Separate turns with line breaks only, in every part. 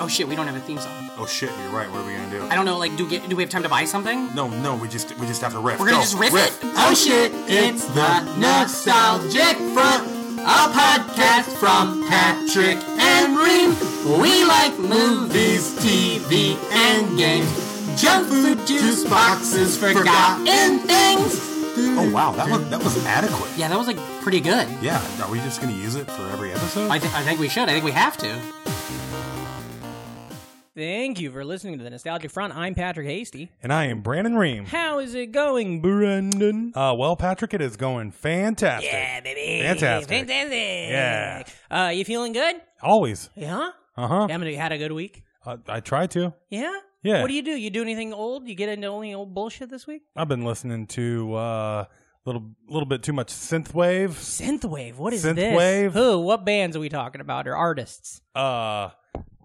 Oh shit, we don't have a theme song.
Oh shit, you're right. What are we gonna do?
I don't know. Like, do get, do we have time to buy something?
No, no, we just we just have to riff.
We're gonna
Go,
just riff, it.
Oh shit, it's the Nostalgic Front, a podcast from Patrick and Reem. We like movies, TV, and games, junk food, juice boxes, forgotten things. Oh wow, that was that was adequate.
Yeah, that was like pretty good.
Yeah, are we just gonna use it for every episode?
I, th- I think we should. I think we have to.
Thank you for listening to the Nostalgic Front. I'm Patrick Hasty.
And I am Brandon Ream.
How is it going, Brendan?
Uh, well, Patrick, it is going fantastic.
Yeah, baby.
Fantastic.
Fantastic.
Yeah.
Uh, you feeling good?
Always.
Yeah.
Uh-huh.
Yeah, I mean, you had a good week.
Uh, I try to.
Yeah.
Yeah.
What do you do? You do anything old? You get into only old bullshit this week?
I've been listening to a uh, little, little bit too much synthwave.
Synthwave. What is this?
Synthwave.
Who? What bands are we talking about? Or artists?
Uh,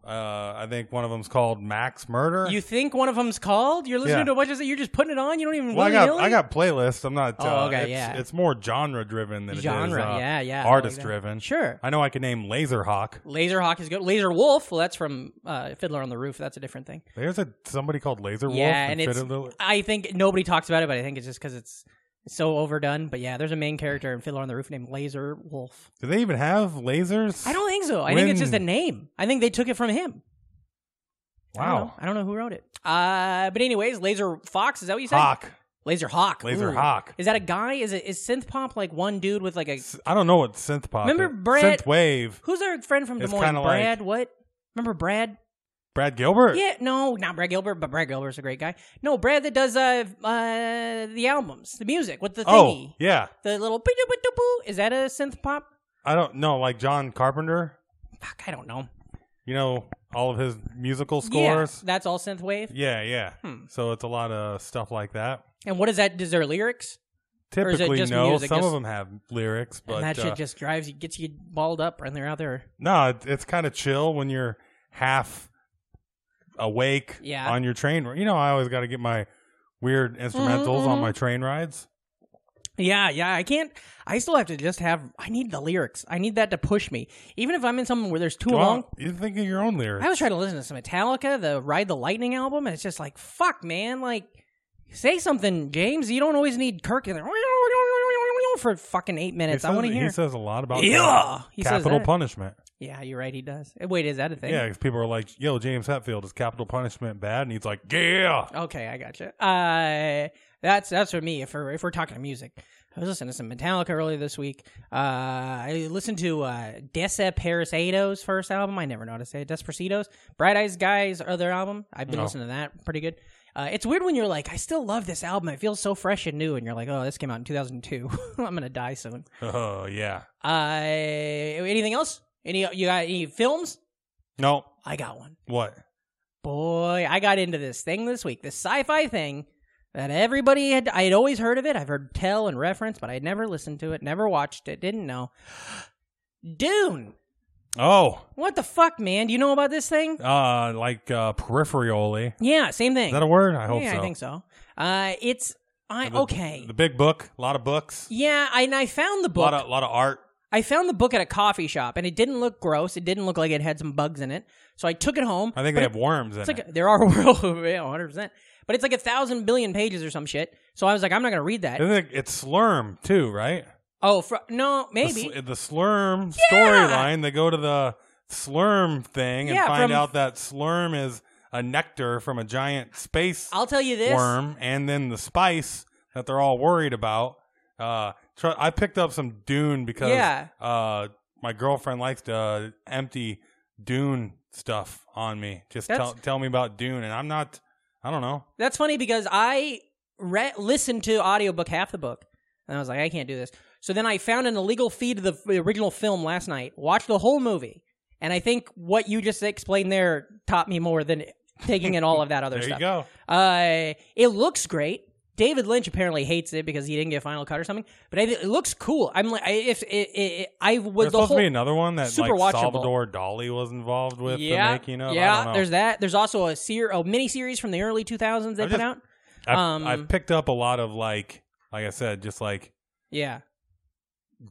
uh, I think one of them's called Max Murder.
You think one of them's called? You're listening
Yeah.
to a bunch of. You're just putting it on. You don't even.
well, I got
willy-nilly?
I got playlists. I'm not.
Oh,
uh,
okay,
it's,
yeah.
It's more genre driven than
genre.
It is, uh,
yeah, yeah.
Artist driven.
Sure.
I know I can name Laserhawk.
Laser Hawk is good. Laser Wolf. Well, that's from uh, Fiddler on the Roof. That's a different thing.
There's a somebody called Laser Wolf.
yeah, and
in
it's.
Fiddler-
I think nobody talks about it, but I think it's just because it's so overdone. But yeah, there's a main character in Fiddler on the Roof named Laser Wolf.
Do they even have lasers?
I don't think so. I think it's just a
When-
name. I think they took it from him. I don't know.
Wow.
I don't know who wrote it. Uh, but anyways, Laser Fox. Is that what you said?
Hawk.
Laser Hawk.
Laser
Ooh.
Hawk.
Is that a guy? Is it is synth pop like one dude with like a
I don't know what synth pop.
Remember
is.
Brad-
Synth wave.
who's our friend from Des
It's
Moines?
kinda like-
Brad. What? Remember Brad?
Brad Gilbert.
Yeah, no, not Brad Gilbert, but Brad Gilbert's a great guy. No, Brad that does uh uh the albums, the music with the thingy,
Oh, yeah.
the little boo Is that a synth pop?
I don't know, like John Carpenter.
Fuck, I don't know.
You know all of his musical
Yeah,
scores.
that's all synth wave.
Yeah, yeah.
Hmm.
So it's a lot of stuff like that.
And what is that? Is there lyrics? is it
Typically,
just
no.
music?
Some
Just-
of them have lyrics, but
and that
uh,
shit just drives you, gets you balled up, and they're out there.
no, it, it's kind of chill when you're half awake
Yeah.
on your train. You know, I always got to get my weird instrumentals on
mhm.
my train rides.
Yeah, yeah. I can't. I still have to just have. I need the lyrics. I need that to push me. Even if I'm in something where there's too
Come
long.
on, you think of your own lyrics.
I was trying to listen to some Metallica, the Ride the Lightning album, and it's just like, fuck, man, like, say something, James. You don't always need Kirk in there for fucking eight
He
minutes. I
says-
want to hear.
He says a lot about
Yeah,
cap-
he says
capital
that.
punishment.
yeah, you're right. He does. Wait, is that a thing?
Yeah, because people are like, "Yo, James Hetfield is capital punishment bad?" And he's like, "Yeah."
Okay, I gotcha. Uh, that's that's for me. If we're if we're talking music, I was listening to some Metallica earlier this week. Uh, I listened to uh, Desaparecidos' first album. I never noticed it. Desperacidos, Bright Eyes Guy's other album. I've been
Oh.
listening to that. Pretty good. Uh, it's weird when you're like, I still love this album. It feels so fresh and new, and you're like, oh, this came out in 2002. I'm gonna die soon.
Oh yeah.
Uh, anything else? Any you got any films?
No.
I got one
What?
boy, I got into this thing this week, this sci-fi thing that everybody had. I had always heard of it. I've heard tell and reference, but I had never listened to it, never watched it, didn't know. Dune.
Oh,
What the fuck, man? Do you know about this thing?
uh, like uh, peripherally.
Yeah, same thing.
Is that a word? I hope
yeah,
so.
I think so. Uh, it's I
The-
okay.
The big book, a lot of books,
yeah, I, and I found the
a
book.
lot of lot of art.
I found the book at a coffee shop, and it didn't look gross. It didn't look like it had some bugs in it. So I took it home.
I think
but
they
it
have worms in
It's like
it.
a, there are world, yeah, one hundred percent. But it's like a thousand billion pages or some shit. So I was like, I'm not gonna read that.
Isn't it- it's slurm too, right?
Oh, fr- no,
The
maybe.
sl- The, slurm storyline. They go to the slurm thing and
Yeah,
find
from-
out that slurm is a nectar from a giant space
I'll tell you this.
worm and then the spice that they're all worried about. Uh, tr- I picked up some Dune because
Yeah.
uh, my girlfriend likes to uh, empty Dune stuff on me. Just tell
That's-
tell me about Dune, and I'm not. I don't know.
That's funny because I re- listened to audiobook half the book, and I was like, I can't do this. So then I found an illegal feed of the f- original film last night. Watched the whole movie, and I think what you just explained there taught me more than taking in all of that other
There
stuff.
you go.
Uh, it looks great. David Lynch apparently hates it because he didn't get a final cut or something, but it, it looks cool. I'm like, I, if it, it, it, I
There's
would the
supposed
whole
to be another one that
super
like
watchable.
Salvador Dali was involved with
yeah,
the making of.
yeah.
I don't know.
There's that. There's also a ser- a mini series from the early 2000s they
I've
put
just-
out.
I've,
um,
I've picked up a lot of like, like I said, just like
Yeah.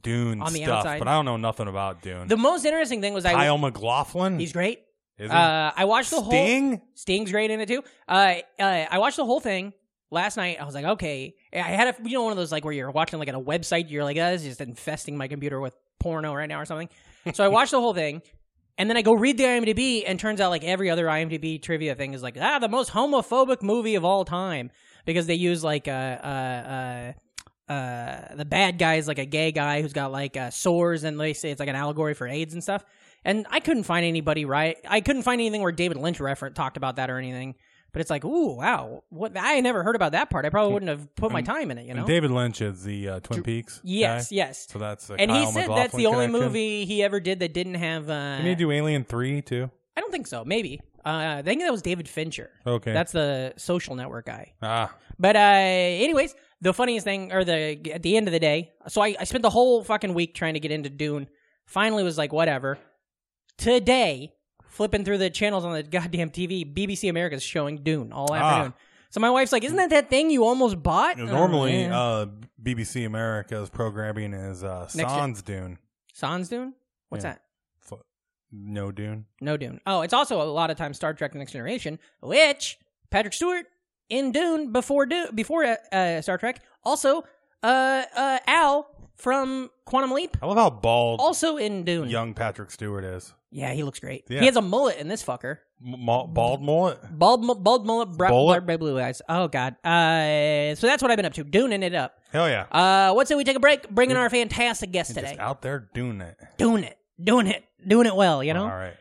Dune
On the
stuff,
outside.
but I don't know nothing about Dune.
The most interesting thing was I
Kyle McLaughlin.
he's great.
Is it?
Uh, I watched the whole.
Sting?
Sting's great in it too. Uh, uh, I watched the whole thing last night. I was like, okay. I had a you know one of those like where you're watching like on a website. You're like, uh, this is just infesting my computer with porno right now or something. So I watched the whole thing, and then I go read the IMDb, and turns out like every other IMDb trivia thing is like ah the most homophobic movie of all time because they use like uh uh. uh uh, the bad guy is like a gay guy who's got like uh, sores, and they say it's like an allegory for AIDS and stuff. And I couldn't find anybody right. I couldn't find anything where David Lynch reference talked about that or anything. But it's like, ooh, wow, what? I never heard about that part. I probably wouldn't have put my time in it, you know.
And David Lynch is the uh, Twin Peaks.
yes,
guy.
yes.
So that's the
and
Kyle
he said
MacLachlan
that's the only
connection.
movie he ever did that didn't have. Uh,
Can you do Alien Three too?
I don't think so. Maybe. Uh, I think that was David Fincher.
Okay.
That's the Social Network guy.
ah.
But uh, anyways, the funniest thing, or the at the end of the day, so I, I spent the whole fucking week trying to get into Dune. Finally, was like whatever. Today, flipping through the channels on the goddamn TV, BBC America's showing Dune all
Ah.
afternoon. So my wife's like, "Isn't that that thing you almost bought?" Oh, And I'm like,
Normally,
"Yeah."
uh, BBC America's programming is uh,
gen-
Sans Dune.
Sans Dune. What's
Yeah.
that?
No Dune.
No Dune. Oh, it's also a lot of times Star Trek: The Next Generation, which Patrick Stewart in Dune before Dune before uh, uh, Star Trek. Also, uh, uh, Al from Quantum Leap.
I love how bald
also in Dune.
young Patrick Stewart is.
Yeah, he looks great.
Yeah.
He has a mullet in this fucker.
M- ma- bald
Mm.
mullet.
Bald, mu- bald mullet, bra-
Bullet?
bra- blue eyes. Oh god. Uh, so that's what I've been up to, Duning it up.
Hell yeah.
Uh, what say we take a break? Bring in our fantastic guest
And
today.
Just out there doing it.
Doing it, doing it, doing it well. You know.
All right.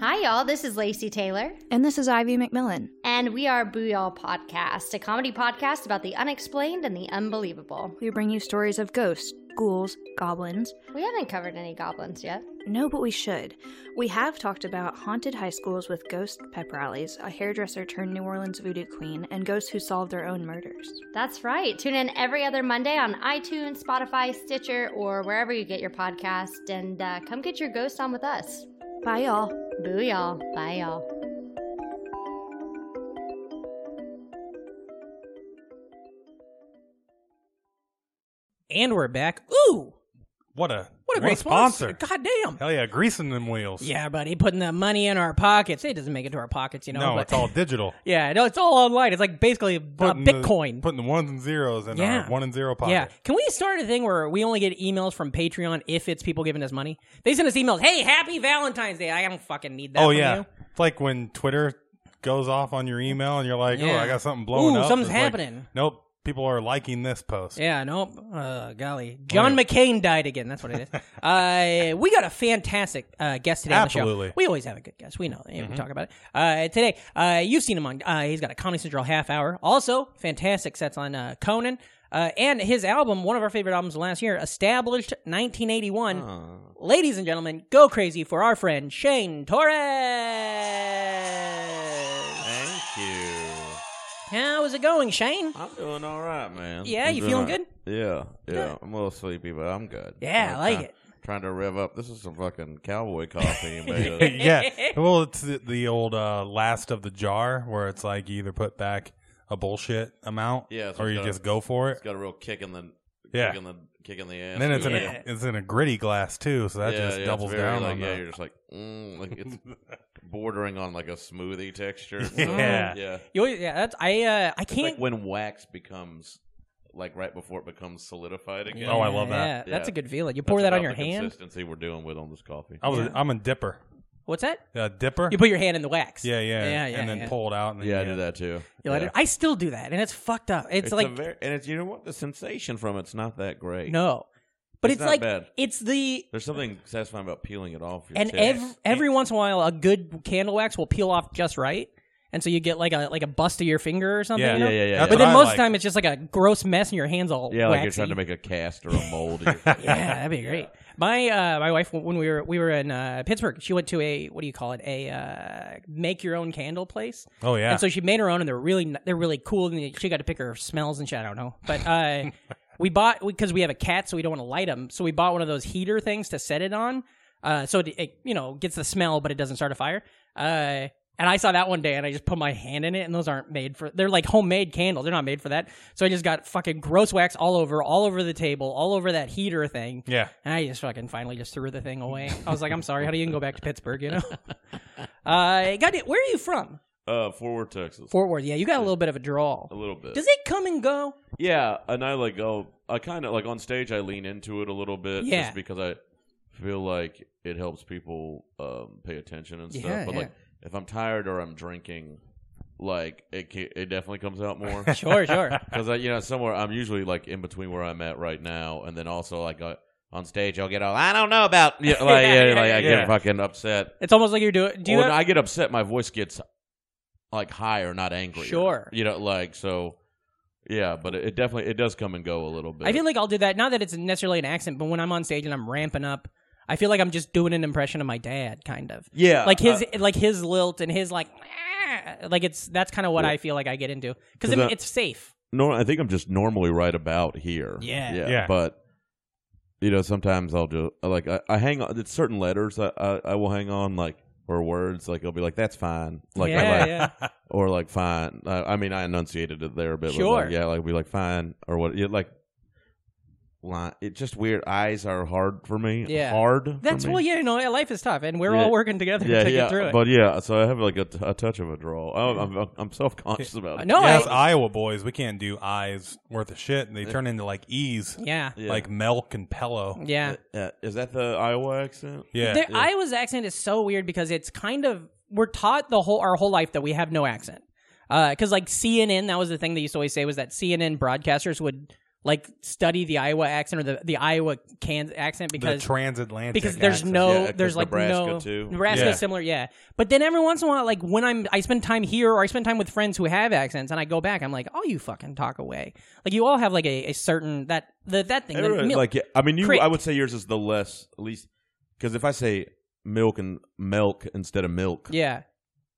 Hi, y'all. This is Lacey Taylor,
And this is Ivy McMillan.
and we are Booyah Podcast, a comedy podcast about the unexplained and the unbelievable.
We bring you stories of ghosts, ghouls, goblins.
We haven't covered any goblins yet.
No, but we should. We have talked about haunted high schools with ghost pep rallies, a hairdresser turned New Orleans voodoo queen, and ghosts who solve their own murders.
That's right. Tune in every other Monday on iTunes, Spotify, Stitcher, or wherever you get your podcast, and uh, come get your ghost on with us.
Bye, y'all.
Booyah. Bye, y'all.
And we're back. Ooh,
What a
what a great
sponsor.
God damn.
Hell yeah, greasing them wheels.
Yeah, buddy, putting that money in our pockets. It doesn't make it to our pockets, you know.
no,
but-
it's all digital.
Yeah, no, it's all online. It's like basically uh,
Putting the-
Bitcoin.
putting the ones and zeros in
Yeah.
our one and zero pocket.
Yeah. Can we start a thing where we only get emails from Patreon if it's people giving us money? They send us emails, hey, happy Valentine's Day. I don't fucking need that.
oh
from
yeah.
you.
It's like when Twitter goes off on your email and you're like,
Yeah.
oh, I got something blowing
Ooh,
up.
something's
It's like,
happening.
nope. People are liking this post.
Yeah, nope. Uh, golly.
Oh,
John McCain died again. That's what it is. uh, we got a fantastic uh, guest today on the
Absolutely.
show. We always have a good guest. We know. that.
Mm-hmm.
We talk about it. Uh, today, uh, you've seen him on, uh, he's got a Comedy Central half hour. Also, fantastic sets on uh, Conan. Uh, and his album, one of our favorite albums of last year, Established 1981. Ladies and gentlemen, go crazy for our friend Shane Torres.
Thank you.
How is it going, Shane?
I'm doing all right, man.
Yeah,
I'm
you
doing
feeling
all- Yeah, yeah. I'm a little sleepy, but I'm good.
Yeah,
I'm
I like
try-
it.
Trying to rev up. This is some fucking cowboy coffee. you made us.
yeah. Well, it's the, the old uh, last of the jar where it's like you either put back a bullshit amount,
Yeah, that's
or
what
you
it
just go for it.
It's got a real kick in the
Yeah.
kick in the kick in the ass.
And then it's in
Yeah.
a it's in a gritty glass too, so that
yeah,
just
yeah,
doubles
it's very,
down
Like,
on
yeah,
that.
you're just like, mm, like it's bordering on like a smoothie texture. So,
Yeah.
yeah.
You always- yeah, that's I. Uh, I
It's
can't.
like when wax becomes like right before it becomes solidified again.
Oh, I love that.
Yeah, that's a
Yeah.
good feeling. You
That's
pour that on
about
your
the
hand.
Consistency we're doing with on this coffee.
I was a, I'm a dipper,
What's that?
a dipper.
You put your hand in the wax.
yeah, yeah,
yeah, yeah.
and then
yeah.
pull it out. And then
Yeah, I
you-
do that too.
You let
Yeah.
it- I still do that, and it's fucked up. It's,
It's,
like
a very, and it's you know what the sensation from it's not that great.
no, but
It's
it's,
not
like
bad.
it's the
there's something satisfying about peeling it off. Your
and
tip.
every every once in a while a good candle wax will peel off just right, and so you get like a like a bust of your finger or something.
Yeah,
you know?
yeah, yeah, yeah.
That's
But
what
then
I
most of
like.
the time it's just like a gross mess, and your hands all
yeah, like you're
waxy.
trying to make a cast or a mold. of your-
yeah, that'd be great. My uh, my wife when we were we were in uh, Pittsburgh, she went to a what do you call it a uh, make your own candle place.
Oh yeah.
And so she made her own, and they're really n- they're really cool. And she got to pick her smells and shit. I don't know, but uh, we bought because we have a cat, so we don't want to light them. So we bought one of those heater things to set it on, uh, so it, it you know gets the smell, but it doesn't start a fire. Uh, And I saw that one day and I just put my hand in it and those aren't made for they're like homemade candles. They're not made for that. So I just got fucking gross wax all over, all over the table, all over that heater thing.
Yeah.
And I just fucking finally just threw the thing away. I was like, I'm sorry, how do you even go back to Pittsburgh, you know? Uh God, where are you from?
Uh, Forward Texas.
Fort Worth. Yeah, you got a little bit of a draw.
a little bit.
Does it come and go?
Yeah, and I like oh, I kind of like on stage. I lean into it a little bit,
Yeah.
just because I feel like it helps people um, pay attention and stuff.
Yeah,
but
yeah.
like, if I'm tired or I'm drinking, like it ca- it definitely comes out more.
Sure, sure.
Because you know, somewhere I'm usually like in between where I'm at right now, and then also like uh, on stage, I'll get all I don't know about. Yeah, like,
Yeah,
yeah,
yeah,
like I
yeah.
get fucking upset.
It's almost like you're doing. Do you?
when
have-
I get upset, my voice gets like higher, not angry.
Sure.
you know, like so. Yeah, but it, it definitely it does come and go a little bit.
I feel like I'll do that. Not that it's necessarily an accent, but when I'm on stage and I'm ramping up, I feel like I'm just doing an impression of my dad, kind of.
Yeah,
Like his,
uh,
like his lilt and his like, "Ah." like it's that's kind of what I feel like I get into because
'Cause I-
it's safe.
nor- I think I'm just normally right about here.
Yeah.
yeah.
Yeah.
But you know, sometimes I'll do like I, I hang on. It's certain letters I, I I will hang on like or words like I'll be like that's fine. Like I
yeah,
like
yeah.
or like fine. I, I mean, I enunciated it there a bit. But
Sure.
like, yeah, like be like fine or what? Yeah, like line. It's just weird. Eyes are hard for me.
Yeah.
hard. for
That's
me.
well, yeah. You know, life is tough, and we're
Yeah.
all working together
Yeah,
to get
yeah,
through it.
but yeah. So I have like a, t- a touch of a draw. I'm, I'm- I'm, I'm self conscious about it.
no,
yes,
Oh, I,
Iowa boys, we can't do eyes worth a shit. and They turn into like E's,
yeah,
Yeah.
like milk and pillow.
yeah.
Uh, is that the Iowa accent?
Yeah.
Their Iowa's accent is so weird because it's kind of we're taught the whole our whole life that we have no accent. Because like CNN, that was the thing they used to always say was that CNN broadcasters would like study the Iowa accent or the the Iowa Kansas accent
the
because
transatlantic.
because there's
accent.
no
Yeah, 'cause
there's like
Nebraska,
no
too.
Nebraska
Yeah.
similar yeah but then every once in a while like when I'm I spend time here or I spend time with friends who have accents and I go back I'm like oh you fucking talk away like you all have like a, a certain that the, that thing the
Everyone-
milk.
like yeah, I mean, you.
Crick.
I would say yours is the less least because if I say milk and milk instead of milk,
yeah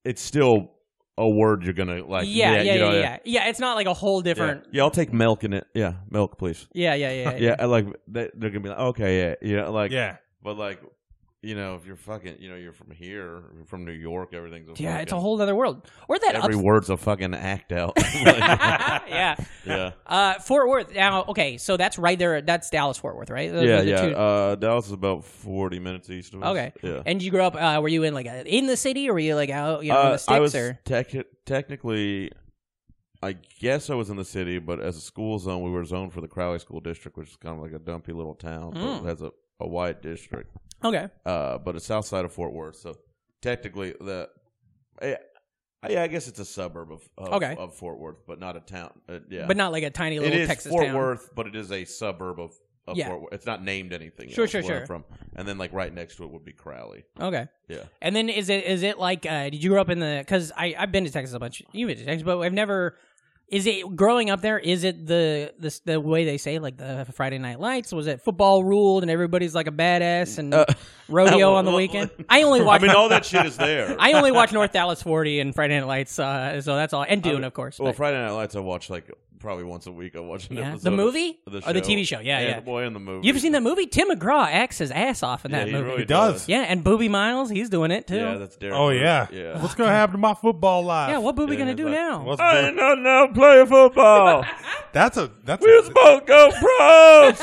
it's still a word you're gonna like.
yeah yeah yeah
you know,
yeah, yeah it's not like a whole
yeah.
different
Yeah, I'll take milk in it. Yeah, milk, please.
yeah yeah yeah, yeah.
Yeah, I like they, they're gonna be like, okay, yeah, you know, like,
Yeah.
but like, you know, if you're fucking, you know, you're from here, you're from New York, everything's a
Yeah,
fucking-
it's a whole other world. Or that
every
ups-
word's a fucking act out.
yeah.
yeah,
Uh, Fort Worth. Now, okay, so that's right there. That's Dallas Fort Worth, right? Those
yeah,
are the
yeah.
two-
Uh, Dallas is about forty minutes east of us.
okay.
yeah.
And you grew up? Uh, were you in like a, in the city, or were you like out you know, in the
Uh,
sticks?
I was
or
tec- technically, I guess I was in the city, but as a school zone, we were zoned for the Crowley School District, which is kind of like a dumpy little town,
Mm.
but it has a, a wide district.
okay,
Uh, but it's south side of Fort Worth, so technically the, yeah, yeah, I guess it's a suburb of of,
Okay.
of Fort Worth, but not a town. Uh, yeah,
but not like a tiny
it
little
is
Texas
Fort
town.
Worth, but it is a suburb of. Of
Yeah.
Fort Worth. It's not named anything.
Sure,
else
sure,
where I'm
sure.
From and then like right next to it would be Crowley.
Okay.
Yeah.
And then is it is it like uh, did you grow up in the? Because I I've been to Texas a bunch. You've been to Texas, but I've never. Is it growing up there? Is it the the, the way they say like the Friday Night Lights? Was it football ruled and everybody's like a badass and rodeo
Uh, well,
on the
well,
weekend? I only
I
watch.
mean, all that shit is there.
I only watch North Dallas 40 and Friday Night Lights, uh, so that's all. And Dune, of course.
Well,
but-
Friday Night Lights I watch like probably once a week. I watch an
Yeah. The
episode of
movie?
the
Or the TV show, yeah,
and,
yeah.
Boy, in the movie.
You've seen that movie? Tim McGraw acts his ass off in
Yeah,
that
he
movie.
really
It does.
Yeah, and Booby Miles, he's doing it too.
Yeah, that's Derek.
Oh
Brooks.
yeah.
yeah.
What's gonna happen to my football life?
Yeah, what Booby
Yeah,
gonna
it's
do
like-
now?
What's
I
Bur-
ain't not now playing football.
that's a that's
We're
a,
supposed to go pros.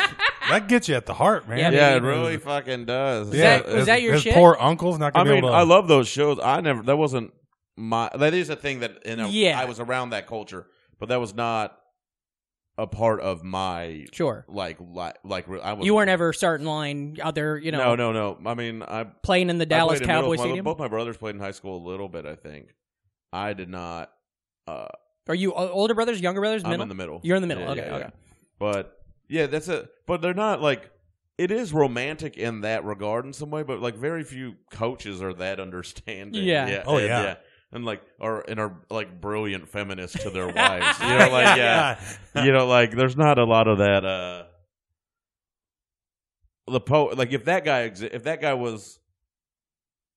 that gets you at the heart, man.
Yeah,
yeah, it really fucking does.
Yeah,
that- was
his-
that your
his
shit?
Poor uncle's not
I
gonna be
mean,
able to.
I love those shows. I never. That wasn't my. That is a thing that you know.
Yeah.
I was around that culture, but that was not a part of my
Sure.
like like like. re- I was.
You weren't ever starting line out there, you know,
No, no, no. I mean, I
playing in the
I
Dallas
played in middle
Cowboy
school.
Stadium?
Both my brothers played in high school a little bit, I think. I did not. Uh,
Are you o- older brothers, younger brothers,
I'm
middle?
in the middle.
You're in the middle.
Yeah,
okay,
yeah,
okay.
yeah. But yeah, that's a. But they're not like. It is romantic in that regard in some way, but like very few coaches are that understanding.
Yeah.
Oh,
and,
yeah.
And like are and are like brilliant feminists to their wives. You know, like yeah. you know, like there's not a lot of that. uh The po like if that guy exi- if that guy was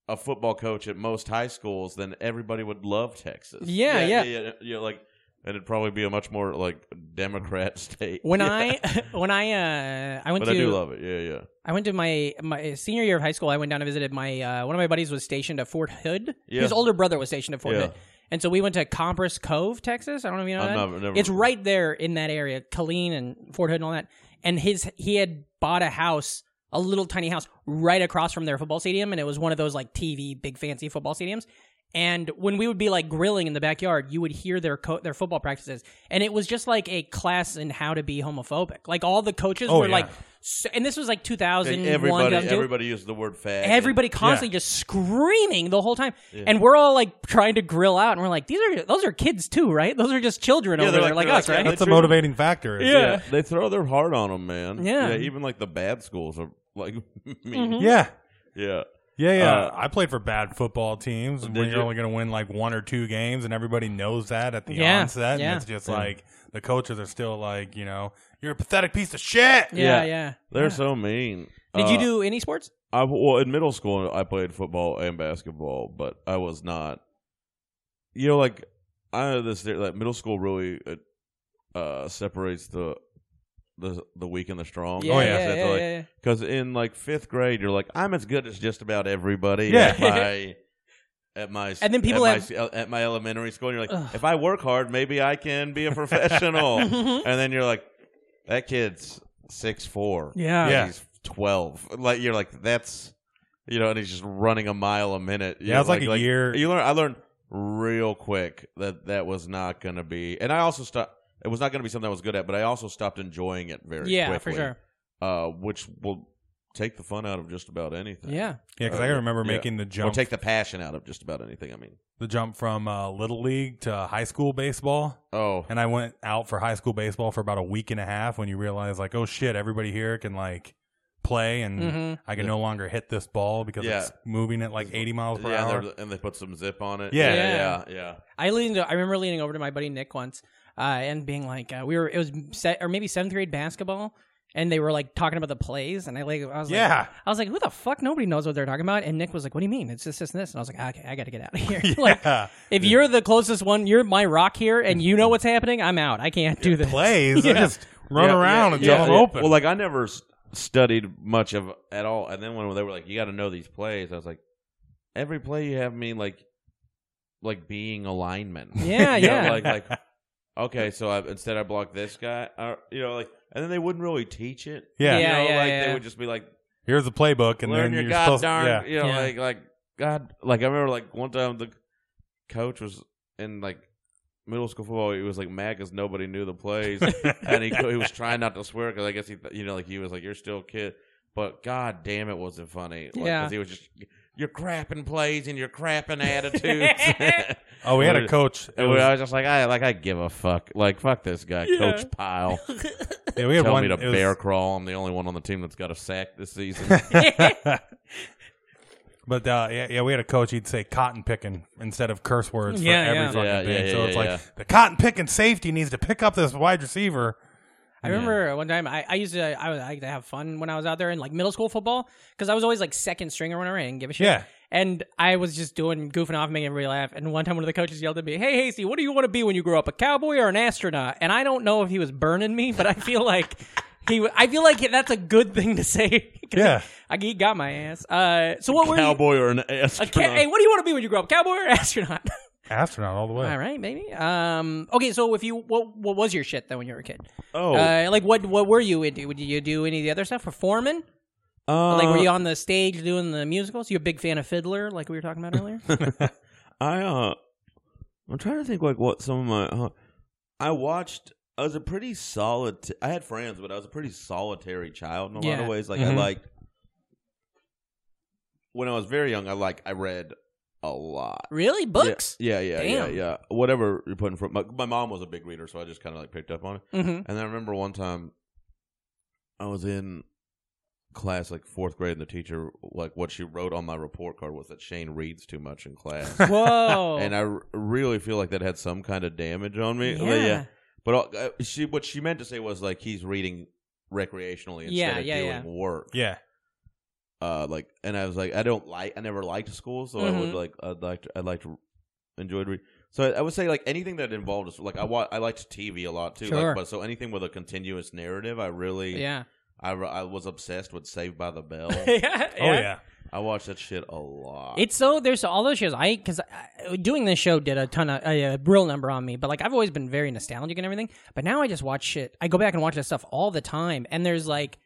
a football coach at most high schools, then everybody would love Texas.
Yeah, yeah.
yeah, yeah, like and it'd probably be a much more like Democrat state.
When
Yeah.
I when I uh I went
but
to
I do love it. Yeah, yeah,
I went to my my senior year of high school. I went down and visited my uh, one of my buddies was stationed at Fort Hood.
Yeah.
His older brother was stationed at Fort
Yeah.
Hood, and so we went to Compress Cove, Texas. I don't know if you know
I've
that.
never- never-
It's right there in that area, Colleen and Fort Hood and all that. And his he had bought a house, a little tiny house, right across from their football stadium, and it was one of those like TV big fancy football stadiums. And when we would be like grilling in the backyard, you would hear their co- their football practices, and it was just like a class in how to be homophobic. Like all the coaches
Oh,
were
yeah.
like, so, and this was like 2001,
Like, everybody,
2002.
everybody uses the word fag.
Everybody constantly just screaming the whole time, and we're all like trying to grill out, and we're like, "These are those are kids too, right? Those are just children
Yeah,
over
they're
there, like,
like- they're
us,
like,
right?"
"Yeah,
That's a
They threw-
motivating factor. is-
Yeah.
they throw their heart on them, man.
Yeah. Mm-hmm.
even like the bad schools are like mean.
Yeah.
Yeah,
Yeah, yeah.
Uh,
I played for bad football teams when
Did
you're
you?
only going to win like one or two games, and everybody knows that at the
Yeah,
onset.
yeah.
And it's just like the coaches are still like, you know, you're a pathetic piece of shit.
yeah,
Yeah.
yeah.
they're so mean.
Did you
Uh,
do any sports?
I well in middle school I played football and basketball, but I was not. You know, like I know this there- like middle school really uh, uh, separates the the the weak and the strong.
Yeah,
Oh, yeah.
yeah, yeah, yeah, yeah.
Because in like fifth grade, you're like I'm as good as just about everybody.
Yeah.
At my, At my
And then people
at
have-
my, uh, at my elementary school, and you're like,
Ugh.
if I work hard, maybe I can be a professional. and then you're like, that kid's six four.
Yeah.
Yeah.
he's twelve. Like you're like that's, you know, and he's just running a mile a minute. You
Yeah,
know,
it's like a year-
You learn. I learned real quick that that was not going to be, and I also stopped. It was not going to be something I was good at, but I also stopped enjoying it very
Yeah,
quickly.
for sure.
Uh, which will take the fun out of just about anything.
Yeah,
Yeah, because I
Uh,
can remember
yeah.
making the
Or
jump,
take the passion out of just about anything. I mean,
the jump from uh, little league to high school baseball.
oh,
and I went out for high school baseball for about a week and a half when you realize like, oh shit, everybody here can like play and
Mhm.
I can
Yeah.
no longer hit this ball because
Yeah.
it's moving at like 80 miles per
yeah,
hour.
they're- and they put some zip on it.
Yeah.
yeah, yeah. yeah.
I leaned. I remember leaning over to my buddy Nick once, uh, and being like, uh, "We were it was set or maybe seventh grade basketball." And they were like talking about the plays, and I like I was like,
Yeah.
I was like, who the fuck? Nobody knows what they're talking about. And Nick was like, what do you mean? It's this, this, and this. And I was like, okay, I got to get out of here. like,
Yeah.
If you're the closest one, you're my rock here, and you know what's happening. I'm out. I can't do this.
Plays, I
Yeah.
just run
Yeah,
around
yeah,
until
yeah,
I'm
yeah.
open.
Well, like I never s- studied much of at all, and then when they were like, "You got to know these plays," I was like, "Every play you have me like, like being a lineman."
Yeah,
You know,
yeah.
like, like, okay, so I, instead I block this guy, or, you know, like, and then they wouldn't really teach it.
yeah.
You
Yeah.
know, like
yeah.
they would just be like,
here's the playbook, and
learn
then
your
you're
god
supposed
darn,
yeah.
you know,
Yeah.
like like god, like I remember like one time the coach was in like middle school football. He was like mad because nobody knew the plays, and he he was trying not to swear because I guess he th- you know like he was like you're still a kid, but god damn it wasn't funny. Like,
Yeah.
'cause he was just you're crapping plays and you're crapping attitudes.
Oh, we had a
We're-
coach. It
And we-
was-
I was just like, I like, I give a fuck. Like, fuck this guy, Coach Pyle.
yeah, we had
Tell
one.
me to
it was-
bear crawl. I'm the only one on the team that's got a sack this season.
But uh, yeah, yeah, we had a coach. He'd say cotton picking instead of curse words
Yeah,
for every
yeah.
fucking
Yeah, yeah,
thing.
yeah,
so it's
yeah,
like
yeah.
the cotton picking safety needs to pick up this wide receiver.
I remember one time I, I used to I, was, I used to have fun when I was out there in like middle school football because I was always like second string or whatever. I didn't give a shit.
Yeah.
And I was just doing goofing off, making everybody laugh. And one time, one of the coaches yelled at me, "Hey, Hasty, what do you want to be when you grow up? A cowboy or an astronaut?" And I don't know if he was burning me, but I feel like he. w- I feel like that's a good thing to say. 'Cause
Yeah.
I, he got my ass. Uh, so what were you?
Cowboy or an
A
astronaut?
ca- hey, what do you want to be when you grow up? Cowboy or astronaut?
Astronaut all the way.
All right, maybe. Um, okay, so if you what what was your shit though when you were a kid?
Oh.
Uh, like what what were you into? Did you do any of the other stuff? Performing? Uh, like
uh,
were you on the stage doing the musicals? You a big fan of Fiddler, like we were talking about earlier?
I uh, I'm trying to think like what some of my uh, I watched. I was a pretty solid. I had friends, but I was a pretty solitary child in a lot
Yeah. Mm-hmm.
of ways. Like
Mhm.
I liked when I was very young. I like I read a lot.
really? Books?
Yeah, yeah, yeah, yeah,
Damn.
yeah. Whatever you're putting front. My, my mom was a big reader, so I just kind of like picked up on it.
hmm
And I remember one time I was in class, like fourth grade, and the teacher, like, what she wrote on my report card was that Shane reads too much in class.
Whoa.
and I r- really feel like that had some kind of damage on me. But,
Yeah.
But all- uh, she, what she meant to say was, like, he's reading recreationally instead
Yeah,
of
yeah,
doing
yeah.
work.
Yeah.
Uh, like, and I was like, I don't like, I never liked school, so I would
Mhm.
like, I'd like to, I'd like to enjoy reading. So I would say like anything that involved like I wa- I liked TV a lot too.
Sure.
Like, but so anything with a continuous narrative, I really
Yeah.
I, re- I was obsessed with Saved by the Bell.
yeah.
Oh yeah.
I watched that shit a lot.
It's so there's all those shows I because doing this show did a ton of a, a real number on me, but like I've always been very nostalgic and everything. But now I just watch shit. I go back and watch this stuff all the time, and there's like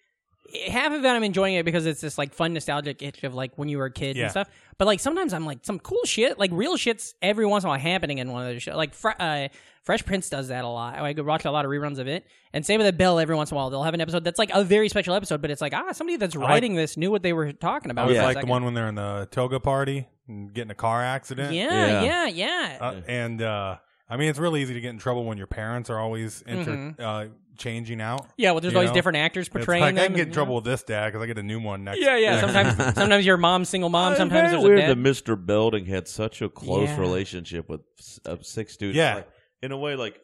half of it I'm enjoying it because it's this like fun nostalgic itch of like when you were a kid
Yeah.
and stuff. But like sometimes I'm like some cool shit, like real shit's every once in a while happening in one of those shows. Like Fre- uh, Fresh Prince does that a lot. I go watch a lot of reruns of it, and same with the Bell every once in a while. They'll have an episode that's like a very special episode, but it's like ah somebody that's
like-
writing this knew what they were talking
I
about.
was
for a
like
second.
the one when they're in the toga party and get in a car accident.
Yeah, yeah, yeah.
Uh, and uh, I mean, it's really easy to get in trouble when your parents are always
Mm-hmm.
inter- uh, changing out.
yeah, well, there's
you
always
know?
different actors
It's
portraying
like,
them.
I can get
and,
in trouble with this dad because I get a new one next.
You know. Yeah, yeah.
next
Sometimes, sometimes your mom's single mom.
It's
Sometimes
very
there's a
weird
dad.
that Mr. Belding had such a close
Yeah.
relationship with s- uh, six dudes.
Yeah.
Like, in a way, like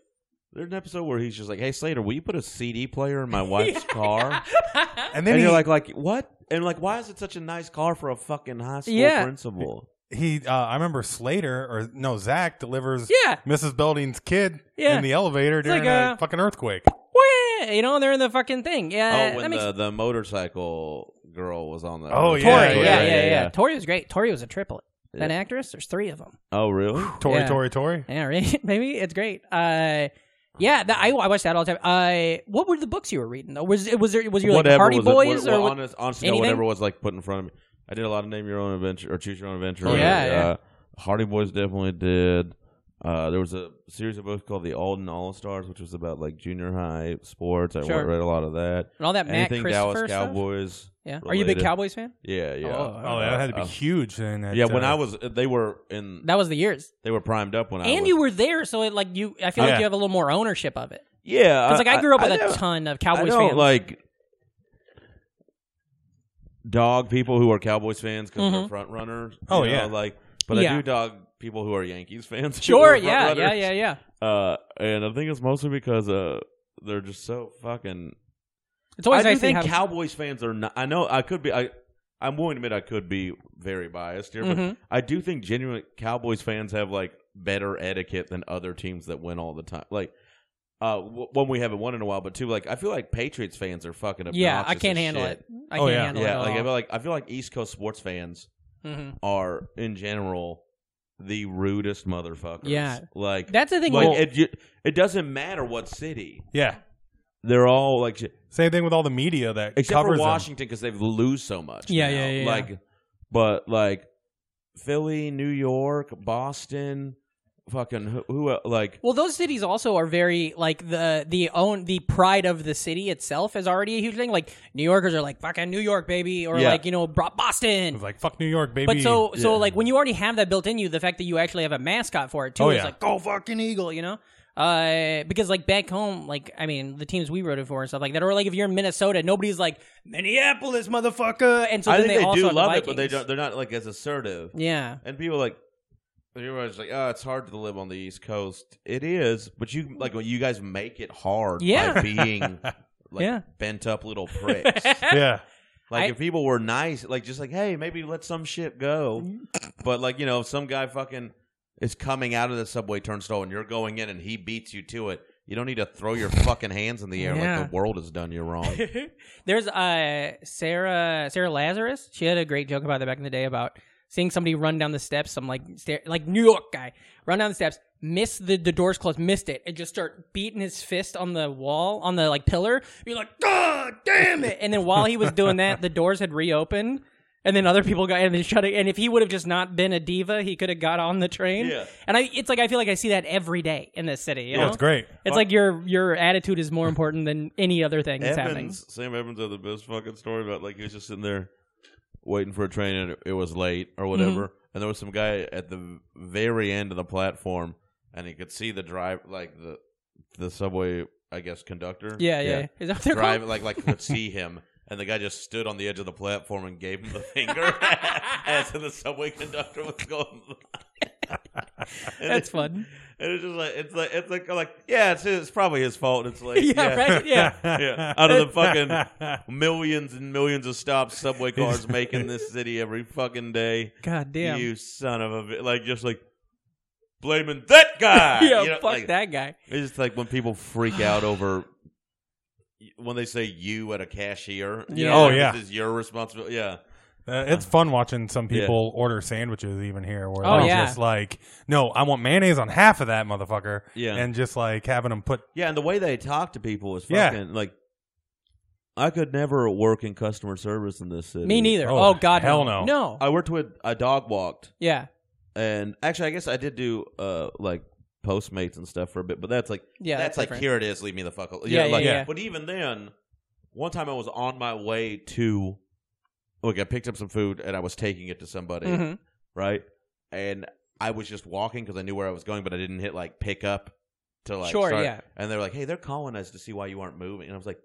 there's an episode where he's just like, "Hey Slater, will you put a CD player in my wife's car?"
And
And,
then he,
you're like, "Like what?" And like, why is it such a nice car for a fucking high school
Yeah.
principal?
he uh, I remember Slater or no Zach delivers
Yeah.
Mrs. Belding's kid
Yeah.
in the elevator
like,
during
uh,
a fucking earthquake.
Wah! you know, they're in the fucking thing. Yeah,
oh,
Uh, that
when
makes-
the, the motorcycle girl was on the
Oh,
Tori.
Yeah,
Yeah,
yeah,
yeah, yeah.
yeah,
Tori was great. Tori was a triplet. That
Yeah.
actress, there's three of them.
Oh, really?
Tori,
Yeah.
Tori, Tori.
Yeah, right. Maybe it's great. Uh, yeah, that, I, I watched that all the time. Uh, what were the books you were reading though? Was it was there was you like the Hardy
was it- what-
Boys
well,
or what-
honest, honestly, no,
anything?
whatever was like put in front of me. I did a lot of name your own adventure or choose your own adventure.
Oh, yeah,
Uh,
yeah.
Hardy Boys definitely did. Uh, there was a series of books called The Alden All Stars, which was about like junior high sports. I wa-
Sure.
read a lot of that.
and all that Matt
Anything
Christopher
Dallas
stuff?
Cowboys.
Yeah, are you a big
related.
Cowboys fan?
Yeah, yeah.
Oh,
Oh, that had to be
Uh,
huge. Then that,
yeah, when
uh,
I was, they were in,
That was the years.
they were primed up when I.
and
was,
you were there, so it like you. I feel
Yeah.
like you have a little more ownership of it.
yeah.
Because like I grew up with
a
a ton of Cowboys
I don't
fans.
like dog people who are Cowboys fans because they're
Mhm.
front runners. you
Oh,
know,
yeah.
like, but I
Yeah.
do dog people who are Yankees fans. who
sure,
are front
yeah, yeah,
runners.
yeah, yeah.
Uh, and I think it's mostly because uh, they're just so fucking.
It's always
I do
nice to
think
have.
Cowboys fans are not. I know I could be. I I'm willing to admit I could be very biased here, but
Mhm.
I do think genuine Cowboys fans have like better etiquette than other teams that win all the time. Like. Uh, w- one we haven't won in a while, but two, like I feel like Patriots fans are fucking obnoxious.
yeah, I can't
as
handle
shit.
it. I
Oh,
can't
yeah.
handle it.
Yeah,
at
like I
all.
feel like I feel like East Coast sports fans
Mhm.
are in general the rudest motherfuckers.
Yeah.
like
That's the thing.
Like
well,
it, you- it doesn't matter what city
yeah.
they're all like, shit.
Same thing with all the media that
except
covers
for
them.
Washington because they lose so much.
Yeah,
now.
yeah, yeah, yeah.
Like, but like Philly, New York, Boston, fucking who, who el- like
well, those cities also are very like the the own the pride of the city itself is already a huge thing. Like New Yorkers are like fucking New York, baby, or
Yeah.
like you know Bro- Boston.
It was like fuck New York, baby.
But so so
Yeah.
like when you already have that built in you, the fact that you actually have a mascot for it too
Oh,
is
yeah.
like go fucking eagle, you know. Uh, because like back home, like I mean, the teams we voted for and stuff like that, or like if you're in Minnesota, nobody's like Minneapolis, motherfucker, and so
I
then
think they,
also
do
have the
love it, but they
Vikings.
don't. They're not like as assertive.
Yeah,
And people like everybody's like, oh, it's hard to live on the East Coast. It is, but you like you guys make it hard by
Yeah.
being like
Yeah.
bent up little pricks.
yeah,
like
I-
if people were nice, like just like, hey, maybe let some shit go. but like you know, if some guy fucking is coming out of the subway turnstile and you're going in and he beats you to it. You don't need to throw your fucking hands in the air
Yeah.
like the world has done you wrong.
There's uh Sarah Sarah Lazarus. She had a great joke about that back in the day about seeing somebody run down the steps. Some like stair like New York guy run down the steps, miss the the doors closed, missed it, and just start beating his fist on the wall on the like pillar. Be like, God damn it! And then while he was doing that, the doors had reopened. And then other people got and then shut it. And if he would have just not been a diva, he could have got on the train.
Yeah.
And I, it's like I feel like I see that every day in this city. You
yeah,
know?
it's great.
It's like your your attitude is more important than any other thing that's happening.
Evans, Sam Evans had the best fucking story about like he was just sitting there waiting for a train and it- it was late or whatever,
Mm-hmm.
and there was some guy at the very end of the platform, and he could see the drive like the the subway, I guess, conductor.
Yeah, yeah. Is that what they're
drive
called?
like like could see him. And the guy just stood on the edge of the platform and gave him the finger as the subway conductor was going. by. And
That's
it-
fun.
And it's just like it's like it's like like yeah, it's his, it's probably his fault. It's like
Yeah, right. Yeah.
yeah, out of the fucking millions and millions of stops subway cars making this city every fucking day.
God damn.
You son of a bi- like just like blaming that guy.
yeah,
You know,
fuck
like,
that guy.
It's just like when people freak out over when they say "you" at a cashier. You
Yeah.
know,
Oh,
like,
yeah.
this is your responsibility. Yeah,
Uh, it's fun watching some people order sandwiches even here where
Oh,
they're
yeah.
just like, no, I want mayonnaise on half of that motherfucker.
Yeah.
And just like having them put,
yeah. And the way they talk to people was
Yeah.
fucking like. I could never work in customer service in this city.
Me neither. Oh,
Oh,
God,
hell
no.
no.
No.
I worked with I dog walked,
yeah,
and actually, I guess I did do uh like Postmates and stuff for a bit, but that's like
yeah.
that's, like
different.
here it is. Leave me the fuck alone. You
Yeah,
know,
yeah,
like-
yeah.
But even then, one time I was on my way to, like I picked up some food and I was taking it to somebody,
Mhm.
right? And I was just walking because I knew where I was going, but I didn't hit like pick up to like
Sure,
start.
yeah.
And they're like, "Hey, they're calling us to see why you aren't moving," and I was like,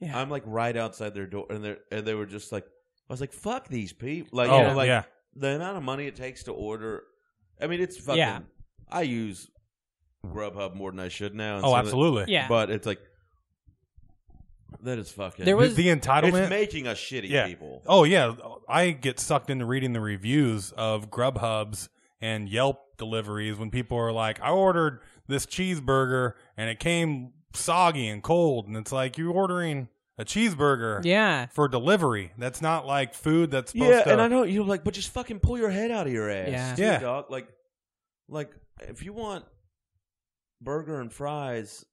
Yeah.
"I'm like right outside their door," and they are and they were just like, "I was like, fuck these people," like
oh,
you know, like
yeah.
the amount of money it takes to order. I mean, it's fucking.
Yeah.
I use Grubhub more than I should now. and
Oh,
some of the-
absolutely.
Yeah.
But it's like that is fucking.
There
The-
was-
the
it's
entitlement.
making us shitty
Yeah.
people.
Oh yeah, I get sucked into reading the reviews of Grubhub's and Yelp deliveries when people are like, "I ordered this cheeseburger and it came soggy and cold," and it's like you're ordering a cheeseburger
Yeah.
for delivery. That's not like food that's supposed
Yeah,
to.
and I know you're like, but just fucking pull your head out of your ass.
Yeah.
too,
Yeah.
dog. Like, like if you want burger and fries,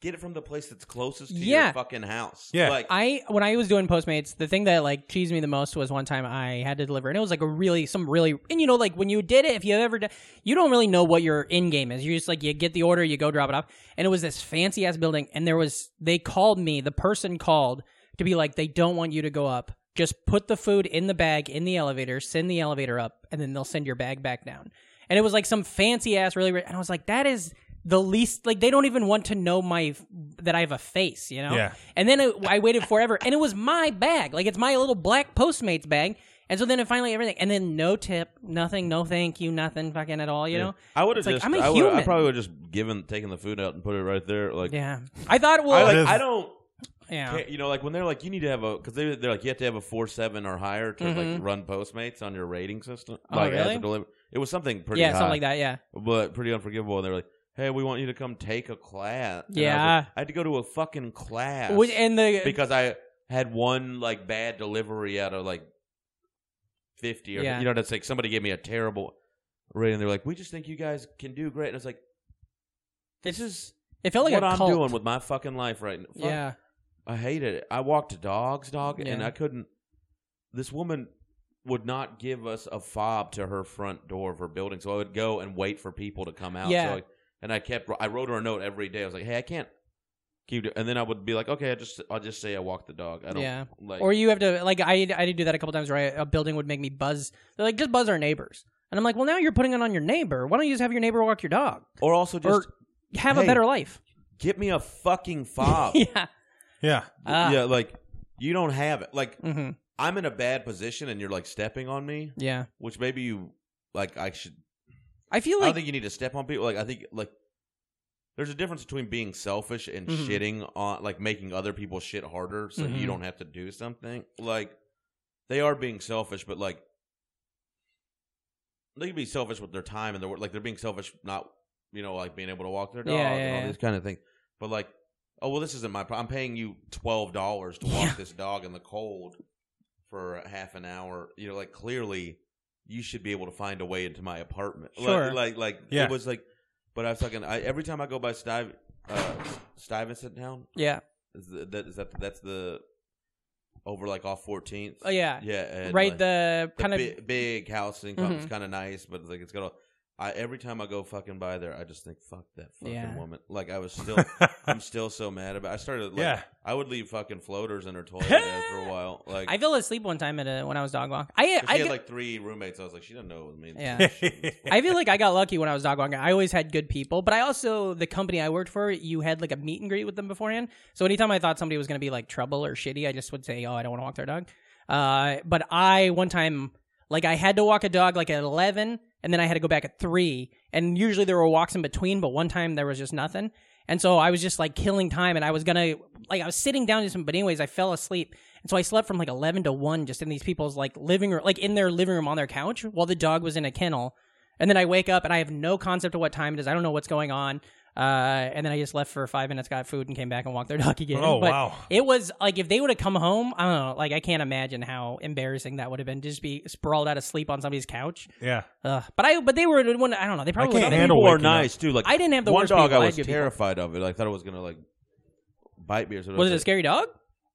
get it from the place that's closest to
Yeah.
your fucking house.
Yeah.
like
I when I was doing Postmates, the thing that like cheesed me the most was one time I had to deliver, and it was like a really some really and you know like when you did it, if you ever done, you don't really know what your end game is. You just like you get the order, you go drop it off, and it was this fancy ass building, and there was they called me, the person called to be like they don't want you to go up. Just put the food in the bag in the elevator, send the elevator up, and then they'll send your bag back down. And it was like some fancy ass really, and I was like that is. The least like they don't even want to know my that I have a face, you know.
Yeah.
And then it, I waited forever, and it was my bag. Like it's my little black Postmates bag. And so then it finally everything, and then no tip, nothing, no thank you, nothing, fucking at all. You know?
I would
It's
have
like,
just.
I'm a
I would've- I
human.
probably would have just given taken the food out and put it right there. Like,
Yeah. I thought well,
I, like,
That is-
I don't.
yeah,
Can't, you know, like when they're like, you need to have a because they they're like you have to have a four seven or higher to like run Postmates on your rating system.
Mm-hmm. Oh,
like, as
really?
a deliver- it was something pretty
yeah,
high,
something like that. Yeah,
but pretty unforgivable. And they're like, hey, we want you to come take a class. And I was
Yeah.
like, I had to go to a fucking class
Would- and the
because I had one like bad delivery out of like fifty or
Yeah.
you know that's like somebody gave me a terrible rating. They're like, we just think you guys can do great, and it's like. This is
it felt like
what
a
I'm
cult.
doing with my fucking life right now. Fuck
yeah,
I hated it. I walked dogs, dog, and
Yeah.
I couldn't. This woman would not give us a fob to her front door of her building, so I would go and wait for people to come out.
Yeah.
So I, and I kept. I wrote her a note every day. I was like, "Hey, I can't keep." Do-. And then I would be like, "Okay, I just, I'll just say I walked the dog. I don't
Yeah.
like."
or you have to like I I did do that a couple times where I, a building would make me buzz. They're like just buzz our neighbors, and I'm like, well now you're putting it on your neighbor. Why don't you just have your neighbor walk your dog
or also just
or have a
Hey. Oh.
better life?
get me a fucking fob.
yeah,
yeah,
Ah.
yeah, like you don't have it. Like
hmm
I'm in a bad position, and you're like stepping on me,
yeah.
which maybe you like. I should
I feel
I
like
don't think you need to step on people. Like I think like there's a difference between being selfish and
Mhm.
shitting on like making other people shit harder so
Mhm.
you don't have to do something. Like they are being selfish, but like they can be selfish with their time and their work. Like they're being selfish, not you know like being able to walk their
Yeah,
dog
yeah,
and all
yeah.
these kind of things. But like, oh well, this isn't my. Pro- I'm paying you twelve dollars to walk
Yeah.
this dog in the cold for half an hour. You know, like clearly you should be able to find a way into my apartment. Like-
Sure.
Like, like,
Yeah.
it was like, but I was fucking, I, every time I go by Stiv, uh, Stuyvesant Town,
yeah,
is the- that, is that, that's the, over like off 14th.
oh yeah,
Yeah. and,
right.
like,
The
the
kind of
big, big housing, complex,
Mhm.
it's kind of nice, but like it's got a, I, every time I go fucking by there, I just think, fuck that fucking
Yeah.
woman. Like I was still, I'm still so mad about. I started like
Yeah.
I would leave fucking floaters in her toilet after a while. Like
I fell asleep one time at a, when I was dog walk. I
'Cause
I,
she had
got-
like three roommates. I was like, she didn't know it was me.
Yeah. I feel like I got lucky when I was dog walking. I always had good people, but I also the company I worked for, you had like a meet and greet with them beforehand. So anytime I thought somebody was going to be like trouble or shitty, I just would say, "Oh, I don't want to walk their dog." Uh, but I one time like I had to walk a dog like at eleven, and then I had to go back at three, and usually there were walks in between, but one time there was just nothing. And so I was just like killing time, and I was gonna like I was sitting down to some, but anyways, I fell asleep, and so I slept from like eleven to one, just in these people's like living room, like in their living room on their couch, while the dog was in a kennel, And then I wake up and I have no concept of what time it is. I don't know what's going on. Uh, and then I just left for five minutes, got food, and came back and walked their dog again.
Oh,
But
wow.
It was like if they would have come home, I don't know. Like I can't imagine how embarrassing that would have been to just be sprawled out asleep on somebody's couch.
Yeah.
Ugh. But I, but they were. One, I don't know. They probably.
can't
would-
handle
people are
waking up.
nice too. Like
I didn't have the
one
worst
dog.
people. I
I was
had good people.
terrified of it. I thought it was gonna like bite me or something.
Was it
I
a scary dog?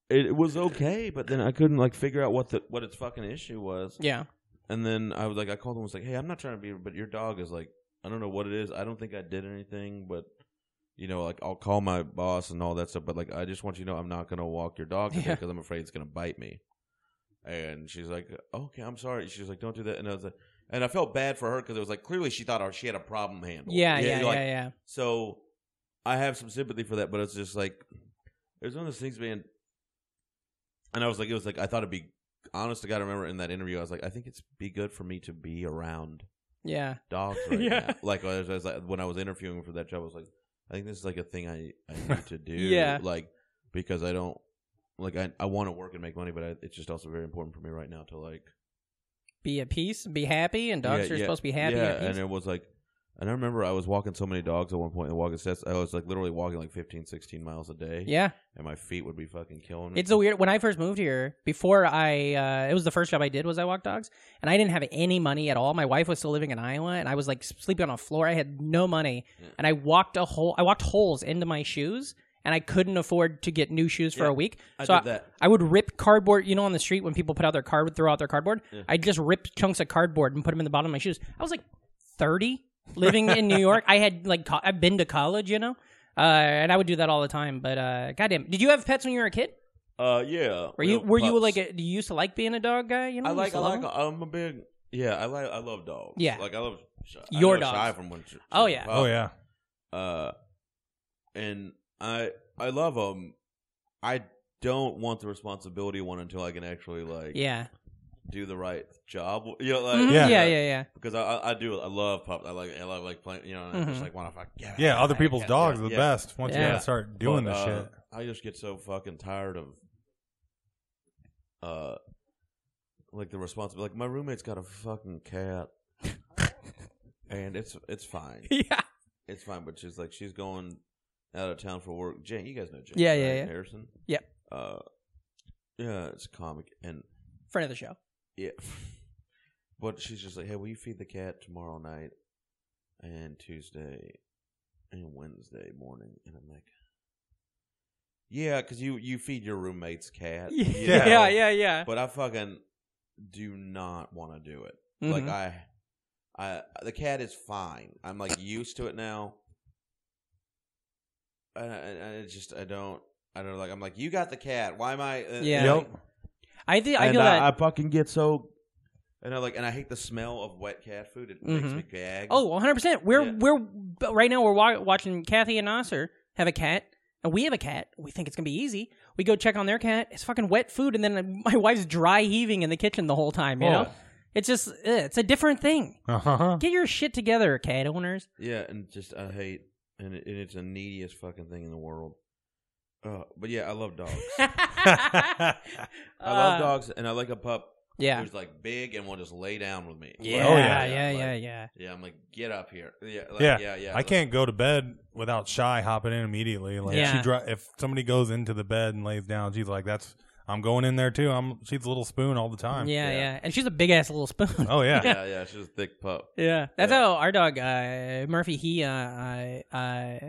like- It was okay, but then I couldn't like figure out what the what its fucking issue was.
Yeah.
And then I was like, I called him. and Was like, hey, I'm not trying to be, but your dog is like, I don't know what it is. I don't think I did anything, but you know, like I'll call my boss and all that stuff. But like, I just want you to know, I'm not gonna walk your dog today
Yeah.
because I'm afraid it's gonna bite me. And she's like, okay, I'm sorry. She's like, don't do that. And I was like, and I felt bad for her because it was like clearly she thought she had a problem handle.
Yeah. Yeah. Yeah.
like,
yeah.
so I have some sympathy for that, but it's just like it was one of those things, man. And I was like, it was like I thought it'd be honest to God. I remember in that interview, I was like, I think it's be good for me to be around
Yeah.
dogs right
Yeah.
now. Like I was, I was like, when I was interviewing for that job, I was like, I think this is like a thing I, I need to do.
Yeah.
Like because I don't like I I want to work and make money, but I, it's just also very important for me right now to like
Be at peace. Be happy. And dogs
yeah,
are
yeah,
supposed to be happy.
Yeah,
at peace.
and it was like, and I remember I was walking so many dogs at one point in walking sets. I was like literally walking like 15, 16 miles a day.
yeah.
and my feet would be fucking killing me.
It's a weird. When I first moved here, before I, uh, it was the first job I did was I walked dogs, and I didn't have any money at all. My wife was still living in Iowa, and I was like sleeping on a floor. I had no money,
Mm.
and I walked a hole. I walked holes into my shoes, and I couldn't afford to get new shoes for
Yeah,
a week.
I
so
did that.
I would rip cardboard. You know, on the street when people put out their card, throw out their cardboard. I just ripped chunks of cardboard and put them in the bottom of my shoes. I was like thirty, living in New York. I had like co- I've been to college, you know. Uh, and I would do that all the time, but uh, goddamn, did you have pets when you were a kid?
Uh, yeah.
Were you were you like a, you used to like being a dog guy? You know,
I
you used
like
to
I
love
like
them?
I'm a big yeah I like I love dogs.
Yeah.
like I love I
Your
know Shy
dogs.
from when she- she
Oh,
was
yeah.
a
Oh
pup.
yeah.
Uh, and I I love them. I don't want the responsibility one until I can actually like
yeah.
do the right job. You know, like
Mhm.
Yeah.
yeah, yeah, yeah, yeah,
because I, I I do I love pups. I like I love like playing. You know, and I just
Mhm.
like want to fuck. Yeah,
Yeah. Other
I
people's
guess,
dogs
yeah,
are the
yeah.
best once
Yeah.
you gotta start doing
But,
this
uh,
shit.
I just get so fucking tired of, uh, like the responsibility. Like my roommate's got a fucking cat, and it's it's fine,
yeah.
it's fine. But she's like she's going out of town for work. Jane, you guys know Jane,
Yeah, yeah,
right?
yeah.
Harrison,
Yep.
uh, yeah, it's a comic, and
Friend of the show.
yeah. But she's just like, hey, will you feed the cat tomorrow night and Tuesday and Wednesday morning? And I'm like, yeah, because you, you feed your roommate's cat. you
Yeah,
know?
yeah, yeah, yeah.
But I fucking do not want to do it. Like,
Mhm.
I, I, the cat is fine. I'm like used to it now. And I, and I just, I don't, I don't like, I'm like, you got the cat. Why am I? uh,
Yeah.
like,
I think I
and uh,
feel that.
I fucking get so. And I like, and I hate the smell of wet cat food. It makes
Mhm.
me gag.
oh, 100. percent We're
Yeah.
we're but right now we're wa- watching Kathy and Nasser have a cat, and we have a cat. We think it's gonna be easy. We go check on their cat. It's fucking wet food, and then my wife's dry heaving in the kitchen the whole time. You
Oh.
know, it's just eh, it's a different thing.
Uh-huh.
Get your shit together, cat owners.
yeah, and just I hate, and, it, and it's the neediest fucking thing in the world. Uh, but yeah, I love dogs. I love dogs, and I like a pup
Uh, Yeah.
who's like big and will just lay down with me.
Yeah,
Oh,
yeah,
yeah.
yeah,
Like,
yeah, yeah.
yeah, I'm like, get up here. Yeah, like,
Yeah.
yeah, yeah,
I can't go to bed without shy hopping in immediately. Like
Yeah.
she dri- if somebody goes into the bed and lays down, she's like, "That's I'm going in there too." I'm she's a little spoon all the time.
Yeah,
Yeah.
yeah. And she's a big ass little spoon.
Oh yeah.
Yeah, yeah, she's a thick pup.
Yeah, that's
Yeah.
how our dog uh, Murphy. He uh, uh,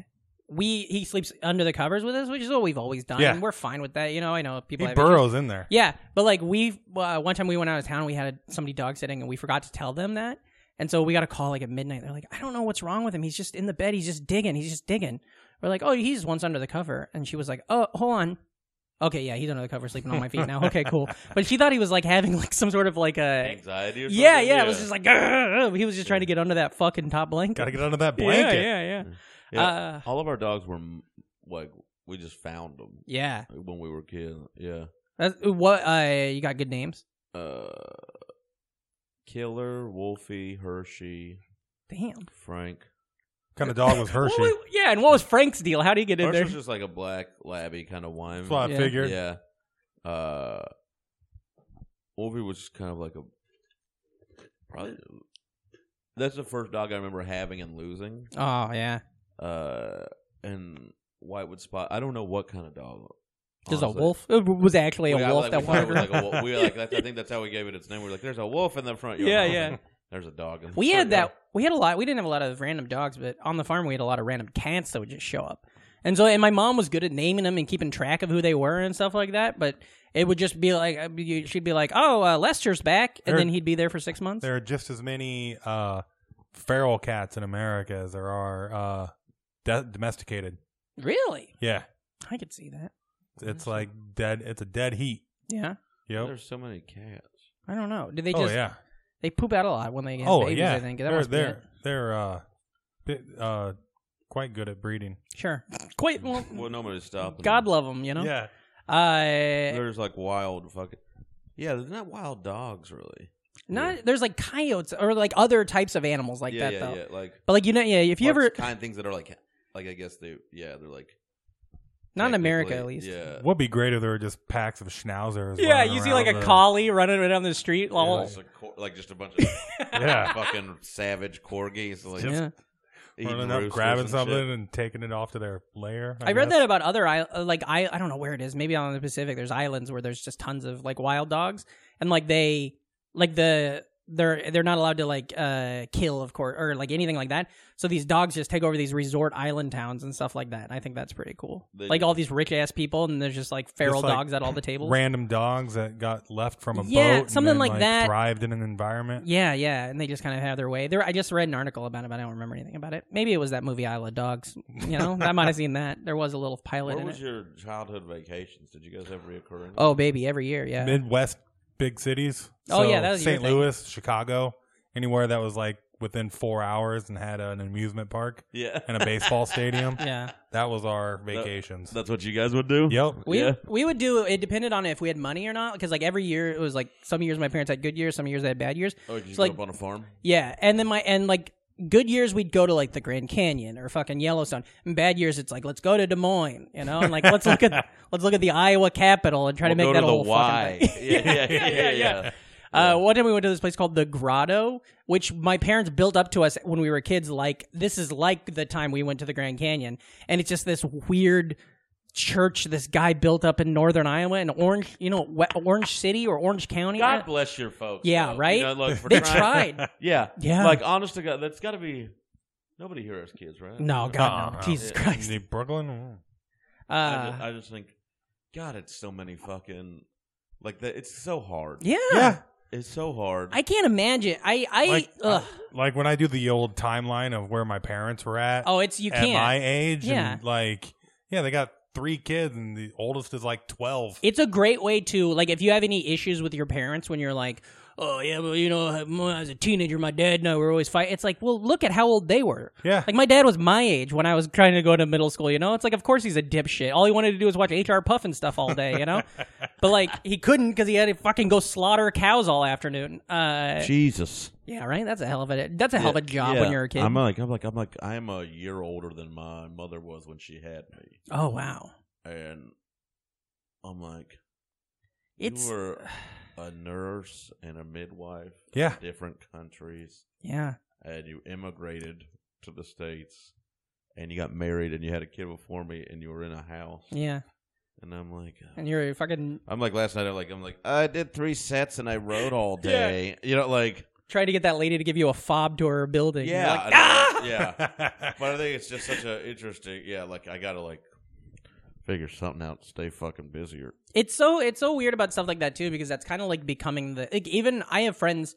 we he sleeps under the covers with us, which is what we've always done.
Yeah.
and we're fine with that. You know, I know people.
He
have issues.
burrows in there.
Yeah, but like we uh, one time we went out of town, we had somebody dog sitting, and we forgot to tell them that, and so we got a call like at midnight. They're like, I don't know what's wrong with him. He's just in the bed. He's just digging. He's just digging. We're like, oh, he's once under the cover, and she was like, oh, hold on. Okay, yeah, he's under the cover sleeping on my feet now. Okay, cool. But she thought he was like having like some sort of like a
Anxiety or something.
yeah, yeah, It was just like "Grr." he was just trying to get under that fucking top blanket.
Got to get under that
yeah,
blanket.
yeah, yeah,
Mm. Yeah.
Uh,
all of our dogs were m- like we just found them
yeah.
when we were kids. Yeah.
That's, what uh, you got? Good names.
uh Killer, Wolfie, Hershey,
Damn.
Frank.
What kind of dog was Hershey?
What was- yeah, and what was Frank's deal? How do you get in
Hershey
there?
was just like a black labby kind of wine.
That's what I
Yeah.
figured.
Yeah. Uh Wolfie was just kind of like a probably that's the first dog I remember having and losing.
Oh yeah,
Uh, and Whitewood Spot. I don't know what kind of dog.
there's a
honestly.
wolf. It was actually a
We- I-
wolf
like,
that
we thought it
wandered.
was like a wolf. We were like, that's, I think that's how we gave it its name. We were like, there's a wolf in the front yard.
Yeah,
I was
yeah.
like, There's a dog. in the
We had
front yard."
that. We had a lot. We didn't have a lot of random dogs, but on the farm we had a lot of random cats that would just show up. And so, and my mom was good at naming them and keeping track of who they were and stuff like that. But it would just be like I'd be- she'd be like, "Oh, uh, Lester's back," and
There-
then he'd be there for six months.
There are just as many uh, feral cats in America as there are uh, de- domesticated.
Really,
Yeah,
I could see that.
it's like dead. It's a dead heat.
Yeah,
Yep.
There's so many cats.
I don't know. Did they
Oh
just
yeah.
they poop out a lot when they get
Oh
babies?
yeah.
I think that
they're
must be
they're
it.
they're uh, bit, uh, quite good at breeding.
Sure, quite well.
Well, nobody stopped.
God love them, you know.
Yeah.
Uh,
There's like wild fucking. Yeah, they're not wild dogs, really.
not there's like coyotes or like other types of animals like
yeah,
that
yeah,
though.
yeah. Like
But like you know, yeah, if you
lots
ever
of kind of things that are like, like I guess they, yeah, they're like
not in America at
technically-
least.
Yeah.
Would be great if there were just packs of schnauzers.
Yeah,
running
you see
around
like a
the-
collie running down the street.
Yeah,
all-
it's like, cor- like just a bunch of
Yeah.
fucking savage corgis, like
Just-
Yeah.
eating
running up,
roosters
grabbing
and
something,
shit.
and taking it off to their lair.
I read
guess.
that about other isl- uh, like I I don't know where it is. Maybe on the Pacific. There's islands where there's just tons of like wild dogs, and like they like the they're they're not allowed to like uh kill of course or like anything like that. So these dogs just take over these resort island towns and stuff like that. I think that's pretty cool.
They
like
do.
all these rich ass people, and there's just like feral
Just, like,
dogs at all the tables.
Random dogs that got left from a
Yeah,
boat. and
something
then,
like
like
that.
Thrived in an environment.
Yeah, yeah, and they just kind of have their way. There, I just read an article about it, but I don't remember anything about it. Maybe it was that movie Isle of Dogs. You know, I might have seen that. There was a little pilot
What
in
was
it.
your childhood vacations? Did you guys have reoccurring?
Oh, baby, every year, yeah.
Midwest big cities.
Oh,
So
yeah, that was your
St.
thing.
Louis, Chicago, anywhere that was like within four hours and had an amusement park
yeah,
and a baseball stadium.
yeah,
That was our vacations.
that's what you guys would do.
yep.
we
Yeah.
we would do. It depended on if we had money or not, because like every year it was like some years my parents had good years, some years they had bad years.
Oh, did you
It's
grew
like-
up on a farm?
Yeah, and then my and like good years we'd go to like the Grand Canyon or fucking Yellowstone, and bad years it's like let's go to Des Moines, you know, and like let's look at let's look at the Iowa Capitol and try to
We'll
make that
go to
a whole
the Y.
fucking thing.
yeah, yeah, yeah, yeah, yeah.
Uh, one time we went to this place called the Grotto, which my parents built up to us when we were kids. Like this is like the time we went to the Grand Canyon, and it's just this weird church this guy built up in northern Iowa in Orange, you know, we- Orange City or Orange County.
God bless your folks.
Yeah,
though. You
right?
know, look, for
they
trying-
tried.
Yeah,
Yeah.
Like honest to God, that's got to be nobody here as kids, right?
No, God, no,
Uh-uh.
Jesus Christ.
The Brooklyn.
I ju- I just,
Uh,
think, God, it's so many fucking like that. It's so hard.
yeah.
it's so hard.
I can't imagine. I, I,
Like,
ugh.
Like when I do the old timeline of where my parents were at
oh, it's you
at
can't.
my age,
Yeah.
and like, yeah, they got three kids, and the oldest is like 12.
It's a great way to like if you have any issues with your parents when you're like, oh yeah, well you know when I was a teenager, my dad and I were always fighting. It's like, well, look at how old they were.
yeah.
Like my dad was my age when I was trying to go to middle school. You know, it's like of course he's a dipshit. All he wanted to do was watch HR Puff and stuff all day. You know, but like he couldn't because he had to fucking go slaughter cows all afternoon. Uh,
Jesus,
yeah, right. That's a hell of a that's a hell of a job when you're a kid.
I'm like, I'm like, I'm like, I'm a year older than my mother was when she had me,
oh wow,
and I'm like,
it's
you were a nurse and a midwife,
Yeah.
in different countries,
yeah.
and you immigrated to the states, and you got married, and you had a kid before me, and you were in a house,
Yeah,
and I'm like,
and you're a fucking
I'm like last night. I'm like, I'm like, I did three sets and I rode all day. You know, like,
trying to get that lady to give you a fob to her building. You're
yeah,
like,
I don't- yeah. But I think it's just such a interesting. Yeah, like I gotta like figure something out. Stay fucking busier.
it's so it's so weird about stuff like that too because that's kind of like becoming the like even I have friends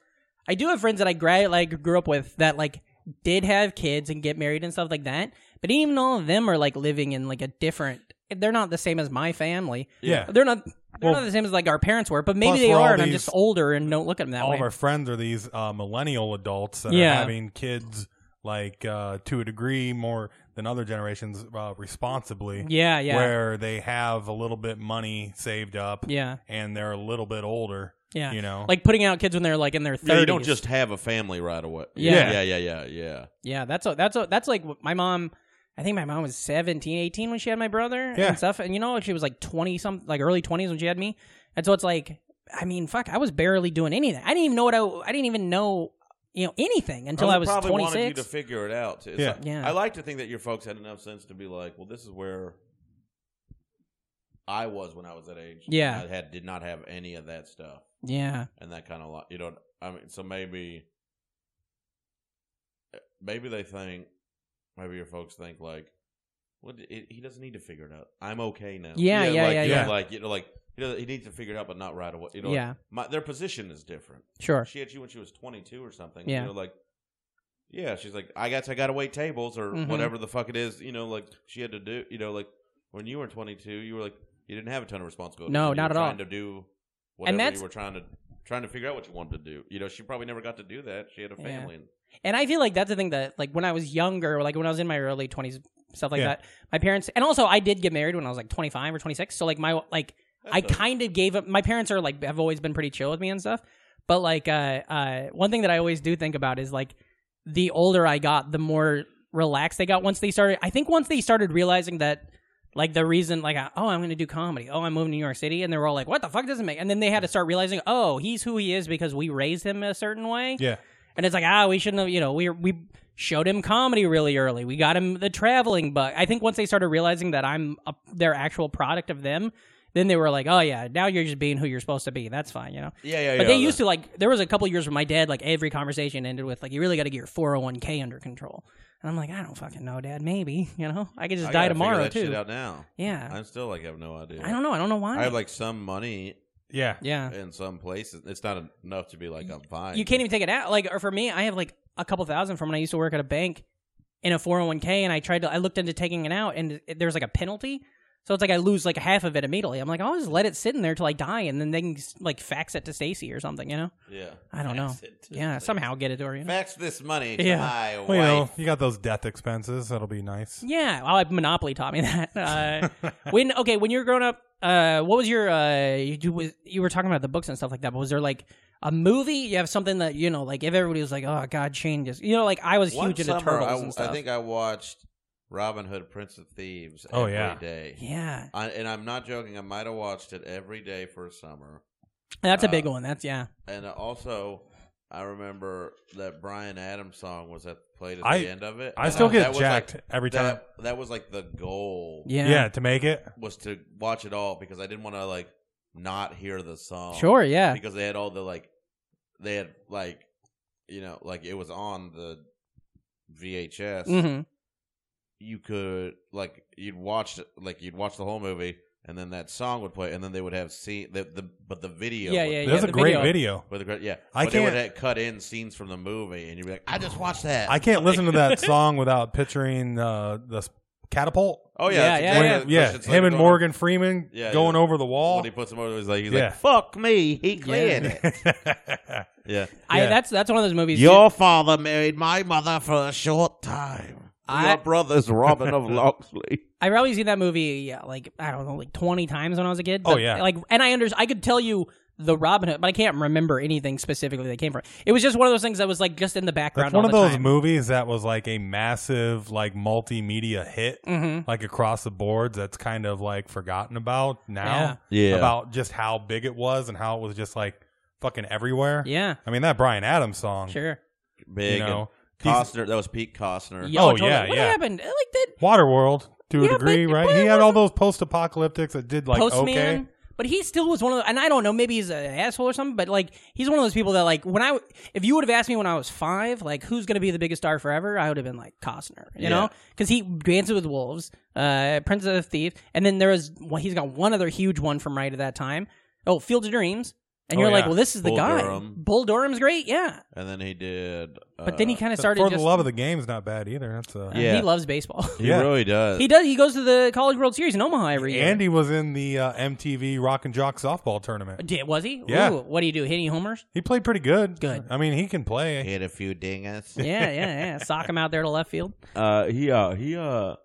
I do have friends that I gra- like grew up with that like did have kids and get married and stuff like that but even all of them are like living in like a different they're not the same as my family
Yeah.
they're not they're
Well,
not the same as like our parents were but maybe
plus
they
we're all
are and I'm
these-
just older and don't look at them that
all
way
of our friends are these uh, millennial adults that
Yeah.
are having kids like uh, to a degree more than other generations uh, responsibly
yeah yeah
where they have a little bit money saved up
yeah
and they're a little bit older
yeah
you know
like putting out kids when they're like in their 30s
Yeah, you don't just have a family right away.
Yeah.
yeah, yeah, yeah, yeah.
Yeah, that's a, that's a, that's like what my mom. I think my mom was 17, 18 when she had my brother
Yeah.
and stuff. And you know, she was like 20 some like early 20s when she had me. And so it's like I mean, fuck, I was barely doing anything. I didn't even know what I I didn't even know you know anything until
would
I was
probably
twenty
wanted you to
six.
figure it out. It's
Yeah.
like-
Yeah.
I like to think that your folks had enough sense to be like, well, this is where I was when I was that age.
Yeah.
I had did not have any of that stuff
yeah,
and that kind of lot. You know, I mean, so maybe, eh, maybe they think, maybe your folks think like, what it, he doesn't need to figure it out. I'm okay now.
Yeah, yeah,
like,
yeah,
you know,
yeah.
like you know, like he, doesn't, he needs to figure it out, but not right away. You know,
yeah,
my, their position is different.
sure,
She had you when she was 22 or something.
Yeah.
You know, like, yeah, she's like, I guess I got to wait tables or
Mhm.
whatever the fuck it is. You know, like she had to do. You know, like when you were 22, you were like, you didn't have a ton of responsibility.
No,
You
not at
were
all.
Trying to do whatever
that's-
you were trying to trying to figure out what you wanted to do. You know, she probably never got to do that. She had a
Yeah.
family. and-
and I feel like that's the thing that like when I was younger, like when I was in my early twenties, stuff like
Yeah.
that. My parents, and also I did get married when I was like twenty five or twenty six. So like my like I
That's a-
kind of gave up. My parents are like have always been pretty chill with me and stuff. But like uh, uh, one thing that I always do think about is like the older I got, the more relaxed they got. Once they started, I think once they started realizing that like the reason like oh I'm going to do comedy, oh I'm moving to New York City, and they were all like what the fuck doesn't make. And then they had to start realizing oh he's who he is because we raised him a certain way.
Yeah.
And it's like, ah, we shouldn't have, you know, we we showed him comedy really early. We got him the traveling bug. I think once they started realizing that I'm a, their actual product of them, then they were like, oh yeah, now you're just being who you're supposed to be. That's fine, you know.
Yeah, yeah, yeah.
But they used to like. There was a couple years where my dad like every conversation ended with like, "You really got to get your 401k under control." And I'm like, "I don't fucking know, Dad. Maybe you know, I could just die tomorrow
that
too."
Shit out now.
Yeah,
I'm still like have no idea.
I don't know. I don't know why.
I have like some money
Yeah.
yeah,
in some places. It's not enough to be like I'm fine.
you can't even take it out. Like, or for me, I have like a couple thousand from when I used to work at a bank in a 401k, and I tried to, I looked into taking it out, and it- there's like a penalty. So it's like I lose like half of it immediately. I'm like, I'll just let it sit in there till I die, and then they can like fax it to Stacy or something, you know?
Yeah.
I don't know.
Fax it to
Yeah,
me.
somehow get it to her. You know?
Fax this money to
Yeah.
my wife.
Well, you know, you got those death expenses. That'll be nice.
Yeah, well, I- Monopoly taught me that. Uh, when okay, when you were growing up, uh, what was your uh, you, do- was, you were talking about the books and stuff like that, but was there like a movie? You have something that you know, like if everybody was like, "Oh God, Shane just," you know, like I was
One
huge into
summer,
turtles
I,
and stuff.
I think I watched Robin Hood, Prince of Thieves.
Oh,
every
yeah.
day.
yeah,
I, and I'm not joking. I might have watched it every day for a summer.
that's a big
Uh,
one. That's yeah,
And also, I remember that Brian Adams song was at played at
I-
the end of it.
I
And
still
that
get
was
jacked
Like,
every time.
that that was like the goal.
yeah,
Yeah. to make it.
was to watch it all because I didn't want to like not hear the song.
sure, yeah,
because they had all the like they had like you know like it was on the VHS.
hmm
You could like you'd watch like you'd watch the whole movie and then that song would play and then they would have scene the, the but the video
Yeah,
would,
yeah,
There's
yeah,
a
the
great
video.
video.
with the, yeah
I
but they would
can't-
have cut in scenes from the movie and you'd be like I just watched that
I can't listen to that song without picturing uh, the s- catapult.
oh
Yeah,
yeah that's
yeah,
exactly
yeah,
what- it's like
him and
going-
Morgan Freeman
Yeah,
going
yeah.
over the wall.
when he puts him over he's like he's
Yeah.
like fuck me he cleared it yeah
I
Yeah.
that's that's one of those movies.
your father married my mother for a short time
I-
your brother's Robin of Locksley
I probably seen that movie yeah, like I don't know, like twenty times when I was a kid.
Oh,
But,
yeah.
like and I under I could tell you the Robin Hood, but I can't remember anything specifically that came from. It was just one of those things that was like just in the background.
That's one
all
of
the
those
time.
movies that was like a massive like multimedia hit,
Mhm.
like across the boards. That's kind of like forgotten about now.
Yeah.
about just how big it was and how it was just like fucking everywhere.
Yeah,
I mean that Brian Adams song.
sure.
Big.
You know,
and Costner. That was Pete Costner.
Yeah,
Oh,
totally.
yeah,
What
yeah.
happened? Like that
Waterworld to a
Yeah, but-
degree, right?
but
He
it
had all those post-apocalyptics that did like
Postman.
okay.
But he still was one of, the, and I don't know, maybe he's an asshole or something. But like, he's one of those people that like when I, if you would have asked me when I was five, like who's gonna be the biggest star forever, I would have been like Costner, you
Yeah.
know, because he Dances with Wolves, uh, Prince of the Thief, and then there was well, he's got one other huge one from right at that time. Oh, Fields of Dreams, and
Oh,
you're like,
yeah.
well, this is the
Bull
guy.
Durham.
Bull Durham's great, yeah.
And then he did. Uh,
But then he kind of started.
For
just,
the love of the game's not bad either. That's uh,
Yeah.
he loves baseball.
He
Yeah.
really does.
he does. He goes to the College World Series in Omaha every year.
Andy was in the uh, MTV Rock and Jock softball tournament.
Did, was he?
Yeah.
Ooh, what do you do? Hitting homers?
He played pretty good.
Good.
I mean, he can play.
He had a few dingus.
yeah, yeah, yeah. Sock him out there to left field.
Uh, he uh he uh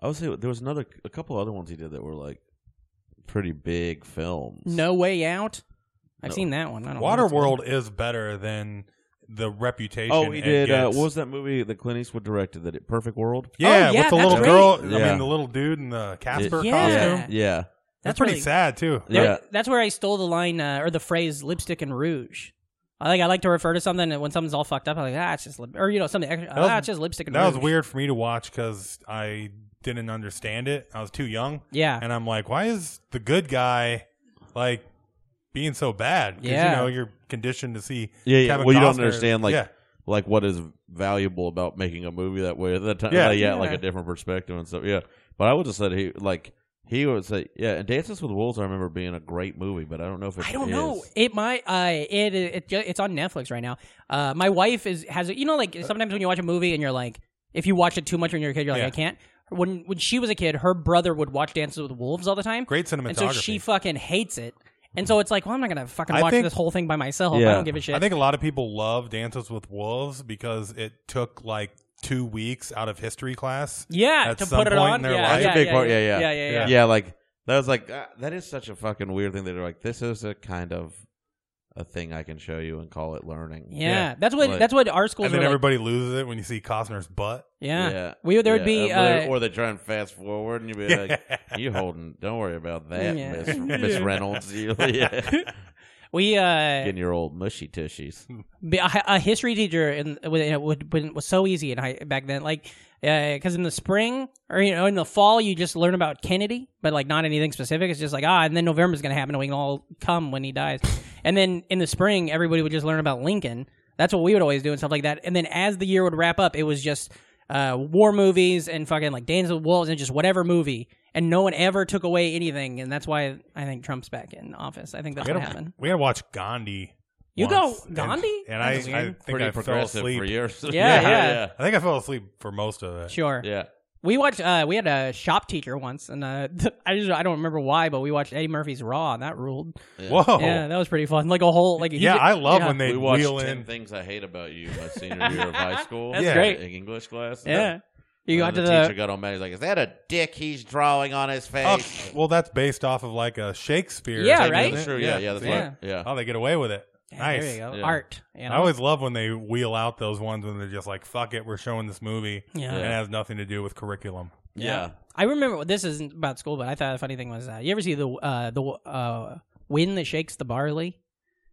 I would say there was another a couple other ones he did that were like pretty big films.
No way out. I've
No.
seen that one. I don't know what it's
Waterworld is better than the reputation.
Oh, he
it
did. Uh,
gets.
what was that movie that Clint Eastwood directed? That it, Perfect World.
yeah,
Oh, yeah,
with the
that's
little
great.
girl. I
Yeah.
mean, the little dude in the Casper
Yeah.
costume.
Yeah.
That's,
Yeah.
That's
pretty
really-
sad too.
called.
Yeah.
That's where I stole the line uh, or the phrase "lipstick and rouge." I think I like to refer to something and when something's all fucked up, I'm like, ah, it's just lip, or you know something, extra,
was-
ah, it's just lipstick and
That was
rouge."
weird for me to watch because I didn't understand it. I was too young,
Yeah,
and I'm like, why is the good guy like being so bad? 'Cause,
Yeah.
you know you're conditioned to see.
Yeah, yeah.
Kevin
well, you don't
Costner-
understand like
yeah,
like what is valuable about making a movie that way at that time.
Yeah.
Yeah, yeah, like
Yeah.
a different perspective and stuff. Yeah, but I would have said he like he would say yeah. And Dances with Wolves, I remember being a great movie, but I don't know if it
I don't
is.
know. It might. Uh, it, it ju- it's on Netflix right now. Uh, my wife is has a- you know like sometimes when you watch a movie and you're like, if you watch it too much when you're a kid, you're like,
Yeah.
I can't. When when she was a kid, her brother would watch Dances with Wolves all the time,
great
and
cinematography.
so she fucking hates it. And so it's like, well, I'm not gonna fucking
I
watch
think-
this whole thing by myself. I
Yeah.
don't give a shit.
I think a lot of people love Dances with Wolves because it took like two weeks out of history class.
yeah,
at
to
some
put it
point
on.
in their
yeah,
life-
yeah,
That's a big
yeah,
part.
Yeah,
Yeah, yeah,
yeah, yeah, yeah.
yeah. Like that was like uh, that is such a fucking weird thing that they're like this is a kind of a thing I can show you and call it learning.
Yeah, that's what
Like-
that's what our schools
And
were.
then
like.
everybody loses it when you see Costner's butt.
yeah. we there would be
or-
uh,
or they try and fast forward, and you'd be like, "You holding? Don't worry about that,
Yeah.
Miss Miss Reynolds. You, yeah.
we uh,
Getting your old mushy tushies."
Be- a, a history teacher and it would, would- was so easy in high, back then like because in the spring or you know in the fall you just learn about kennedy but like not anything specific it's just like ah and then november's gonna happen and we can all come when he dies and then in the spring everybody would just learn about lincoln that's what we would always do and stuff like that and then as the year would wrap up it was just uh, war movies and fucking like Dances with Wolves and just whatever movie, and no one ever took away anything, and that's why I think Trump's back in office. I think that's
We
what
had, to,
happened.
we had to watch Gandhi.
You
once,
go
and-
Gandhi?
and,
That's
I, I
weird.
think
Pretty
I fell
progressive
asleep.
for years.
Yeah, yeah.
I think I fell asleep for most of it.
Sure.
yeah.
We watched. Uh, we had a shop teacher once, and uh, I just I don't remember why, but we watched Eddie Murphy's Raw, and that ruled.
Yeah.
Whoa.
Yeah, that was pretty fun. Like a whole like. he
Oh. Yeah,
did-
I love
yeah.
when they
we watched
wheel
ten
in.
things I hate about you my senior year of high school.
That's
Yeah.
great.
in English class.
Yeah, you got
And
to
the, teacher
the.
got on mad. He's like, "Is that a dick he's drawing on his face?"
Oh, well, that's based off of like a Shakespeare.
Yeah,
thing,
right?
isn't it?
True. Yeah, yeah, that's
See?
right. Yeah.
Oh, they get away with it.
Yeah,
nice.
There you go.
Yeah.
Art. You know?
I always love when they wheel out those ones when they're just like, "Fuck it, we're showing this movie."
Yeah.
and it has nothing to do with curriculum.
yeah.
I remember this isn't about school, but I thought the funny thing was that you ever see the uh, the uh, wind that shakes the barley.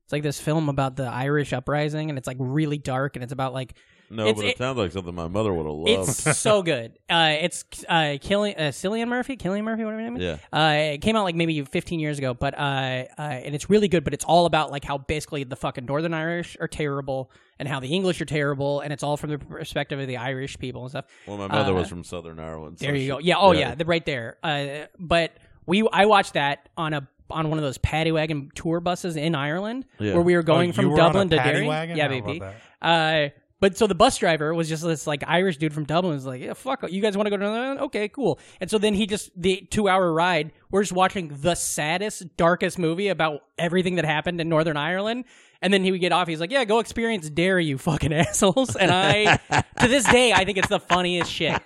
It's like this film about the Irish uprising, and it's like really dark, and it's about like
No,
It's-
but it,
it-
sounds like something my mother would have loved.
it's so good. Uh, it's uh, Killian uh, Cillian Murphy, Killian Murphy, whatever his name is.
yeah.
Uh, it came out like maybe 15 years ago, but uh, uh, and it's really good. But it's all about like how basically the fucking Northern Irish are terrible, and how the English are terrible, and it's all from the perspective of the Irish people and stuff.
Well, my mother
Uh,
was from Southern Ireland. so
There you
she-
go. Yeah. Oh yeah. The, right there. Uh, but we I watched that on a on one of those paddy wagon tour buses in Ireland
Yeah.
where we were going
Oh,
from
you were on a
Dublin to
paddy
Derry.
wagon?
Yeah,
How about
baby.
that?
Uh, but so the bus driver was just this like Irish dude from Dublin. Was like, yeah, fuck, you guys want to go to another? one? Okay, cool. And so then he just the two hour ride. We're just watching the saddest, darkest movie about everything that happened in Northern Ireland. And then he would get off. He's like, yeah, go experience Derry, you fucking assholes. And I, to this day, I think it's the funniest shit.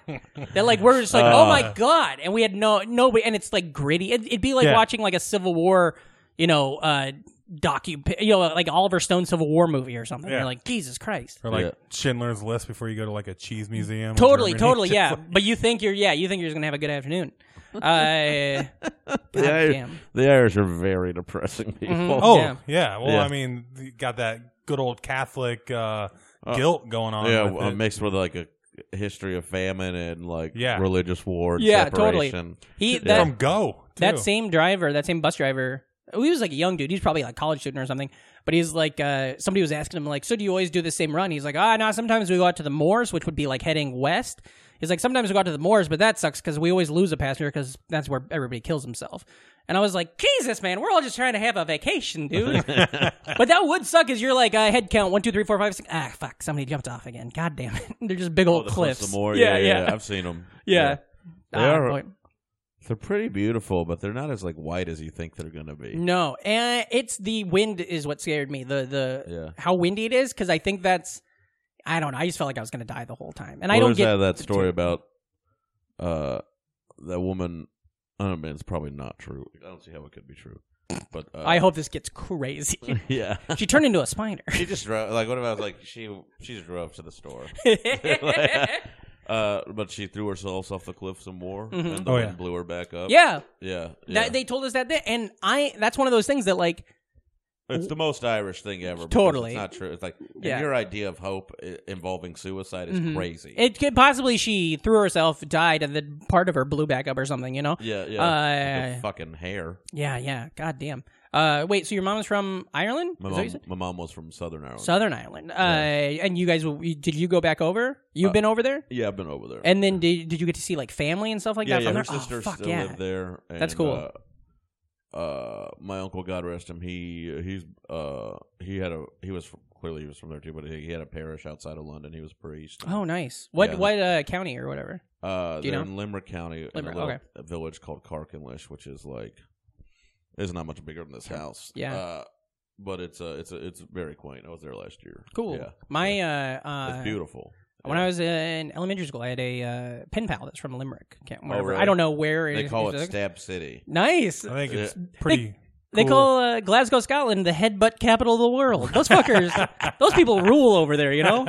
That like we're just like, oh my god, and we had no nobody, and it's like gritty. It, it'd be like
Uh. Yeah.
watching like a Civil War, you know, uh, docu, you know, like Oliver Stone Civil War movie or something.
Yeah.
You're like, Jesus Christ.
Or like
Yeah.
Schindler's List before you go to like a cheese museum. in
Totally,
Germany.
totally,
Just
yeah.
like-
But you think you're, yeah, you think you're just gonna have a good afternoon. Uh, God
The, Ir-
damn. Mm-hmm.
the Irish are very depressing people.
oh
Yeah.
yeah. Well,
Yeah.
I mean, you got that good old Catholic uh,
Uh,
guilt going on.
yeah,
with
a
it.
mix with like a history of famine and like
Yeah.
religious war. And
Yeah, totally.
separation.
He
Yeah.
that
from Go. too.
that same driver, that same bus driver. He was like a young dude. He's probably like a college student or something. But he's like, uh, somebody was asking him like, so do you always do the same run? He's like, ah, no. sometimes we go out to the moors, which would be like heading west. He's like, sometimes we go out to the moors, but that sucks because we always lose a passenger because that's where everybody kills himself. And I was like, Jesus, man, we're all just trying to have a vacation, dude. but that would suck is you're like uh, head count one, two, three, four, five, six. Ah, fuck, somebody jumped off again. God damn it, they're just big
Oh,
old
the
cliffs.
Cliffs of Moher.
yeah,
Yeah,
yeah,
I've seen them.
Yeah.
They
Ah,
are-
boy.
They're pretty beautiful, but they're not as like white as you think they're gonna be.
No, and it's the wind is what scared me. The the
Yeah.
how windy it is because I think that's I don't know. I just felt like I was gonna die the whole time, and I
Well,
don't
there's
get
that, that story about uh that woman. I don't mean, it's probably not true. I don't see how it could be true. But uh,
I hope this gets crazy.
yeah.
she turned into a spider.
She just drove. Like, what if I was like, she she just drove to the store.
yeah,
Uh, but she threw herself off the cliff some more,
Mhm.
and the
Oh,
wind
yeah.
blew her back up. yeah, yeah.
That, they told us that, day, and I that's one of those things that like
It's the most Irish thing ever. because
Totally.
it's not true. It's like and
Yeah.
your idea of hope i- involving suicide is
Mhm.
crazy.
It could possibly she threw herself, died, and then part of her blew back up or something. You know?
yeah, yeah.
Uh,
The fucking hair.
Yeah, yeah. God damn. Uh, wait. So your mom is from Ireland?
My
Is that what you
mom,
said?
my mom was from Southern Ireland.
Southern Ireland. Uh, and you guys, did you go back over? You've
Uh,
been over there?
yeah, I've been over there.
And then did, did you get to see like family and stuff like
yeah,
that
yeah,
from
her
there?
sister
oh, fuck
still
yeah.
lived there. And,
That's cool.
Uh, uh, my uncle, God rest him, he he's uh he had a he was from, clearly he was from there too, but he, he had a parish outside of London. He was a priest.
Oh, nice. What
Yeah,
what uh, county or whatever?
Uh,
Do you
they're
know?
in Limerick County, in a
Limerick,
little
okay.
village called Carkinlish, which is like is not much bigger than this house.
Yeah.
uh, but it's uh, it's uh, it's very quaint. I was there last year.
Cool.
Yeah,
My uh,
it's
uh,
beautiful.
when
Yeah.
I was in elementary school, I had a uh, pen pal that's from Limerick. Can't, whatever.
Oh, really?
I don't know where
they
is-
call it Oh,
is-
Stab City.
Nice.
I think it's pretty.
They
cool.
call uh, Glasgow, Scotland, the headbutt capital of the world. Those fuckers, those people rule over there. You know,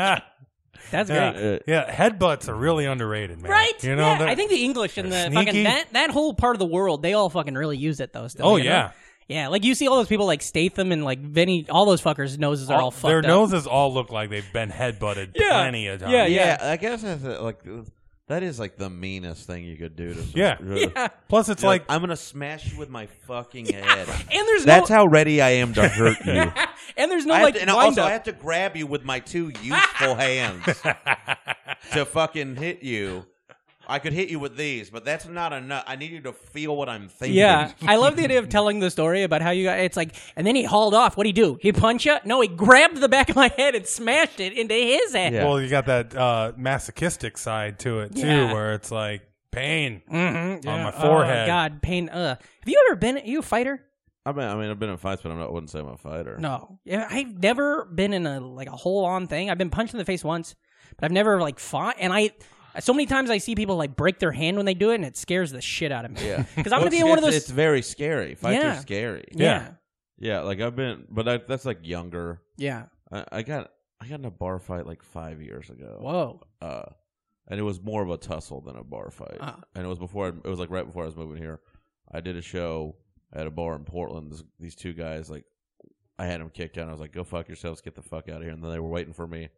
that's great.
Uh,
Yeah. yeah, headbutts are really underrated, man.
Right?
You know,
yeah.
they're-
I think the English and the
they're
fucking
sneaky.
that that whole part of the world, they all fucking really use it though. Still.
Oh
you know?
yeah,
yeah. Like you see all those people like Statham and like Vinny, all those fuckers' noses are all fucked
their
up.
noses all look like they've been headbutted
Yeah.
plenty of times.
Yeah,
yeah, I guess that's uh, like that is like the meanest thing you could do to. some-
Yeah.
Yeah.
Plus, it's
You're
like
I'm gonna smash you with my fucking head.
And there's
That's
no
how ready I am to hurt you. I
and there's no
have
like
to- and
wind
also,
up.
I have to grab you with my two useful hands to fucking hit you. I could hit you with these, but that's not enough. I need you to feel what I'm thinking.
yeah, I love the idea of telling the story about how you got. It's like, and then he hauled off. What would he do? He punch you? No, he grabbed the back of my head and smashed it into his head.
Yeah.
Well, you got that uh, masochistic side to it too,
Yeah.
where it's like pain.
Mhm,
On
yeah.
my
Oh,
forehead.
God, pain. Uh, have you ever been? Are you a fighter?
I mean, I mean, I've been in fights, but I'm not, I wouldn't say I'm a fighter.
No, yeah, I've never been in a like a whole on thing. I've been punched in the face once, but I've never like fought. And I, so many times I see people like break their hand when they do it, and it scares the shit out of me.
Yeah.
because I'm gonna be in one of
It's-
those.
It's very scary. Fights
Yeah.
are scary.
yeah,
Yeah, like I've been, but I, that's like younger.
yeah.
I, I got I got in a bar fight like five years ago.
Whoa.
uh, and it was more of a tussle than a bar fight.
Ah.
And it was before I, it was like right before I was moving here. I did a show at a bar in Portland. This, these two guys, like, I had them kicked out. I was like, "Go fuck yourselves, get the fuck out of here." And then they were waiting for me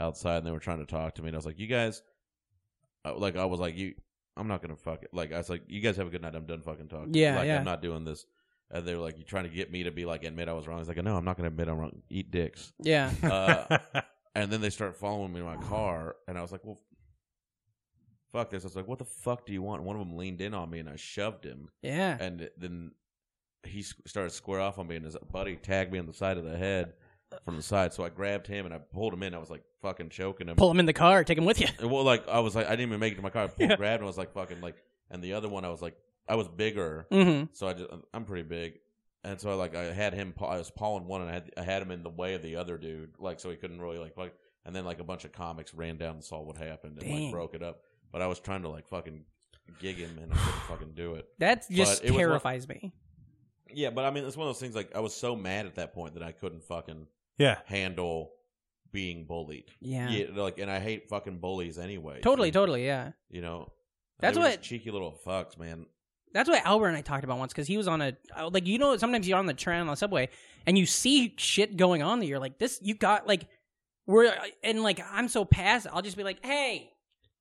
outside, and they were trying to talk to me. And I was like, "You guys," I, like, I was like, "You, I'm not gonna fuck it." Like, I was like, "You guys have a good night. I'm done fucking talking.
Yeah,
like
yeah.
I'm not doing this." And they were like, "You trying to get me to be like admit I was wrong?" I was like, "No, I'm not gonna admit I'm wrong. Eat dicks."
Yeah.
Uh, and then they start following me in my car, and I was like, "Well, fuck this!" I was like, "What the fuck do you want?" And one of them leaned in on me, and I shoved him,
Yeah.
and then he s- started to square off on me, and his buddy tagged me on the side of the head from the side. So I grabbed him and I pulled him in. I was like fucking choking him.
Pull him in the car. Take him with you.
And, well, like I was like I didn't even make it to my car. I pulled,
Yeah.
grabbed, him. I was like fucking like. And the other one, I was like I was bigger,
Mm-hmm.
so I just I'm pretty big. And so like I had him, paw- I was pawing one, and I had I had him in the way of the other dude, like so he couldn't really like fuck. And then like a bunch of comics ran down and saw what happened and
Dang.
like broke it up. But I was trying to like fucking gig him, and I couldn't fucking do it.
That just
it was one-
terrifies me.
Yeah, but I mean it's one of those things like I was so mad at that point that I couldn't fucking
yeah.
handle being bullied.
Yeah.
like and I hate fucking bullies anyway.
Totally.
so,
Totally. Yeah.
You know,
That's
they were
what-
just cheeky little fucks, man.
That's what Albert and I talked about once because he was on a uh, like you know sometimes you're on the train on the subway and you see shit going on that you're like this you got like we're uh, and like I'm so passive I'll just be like hey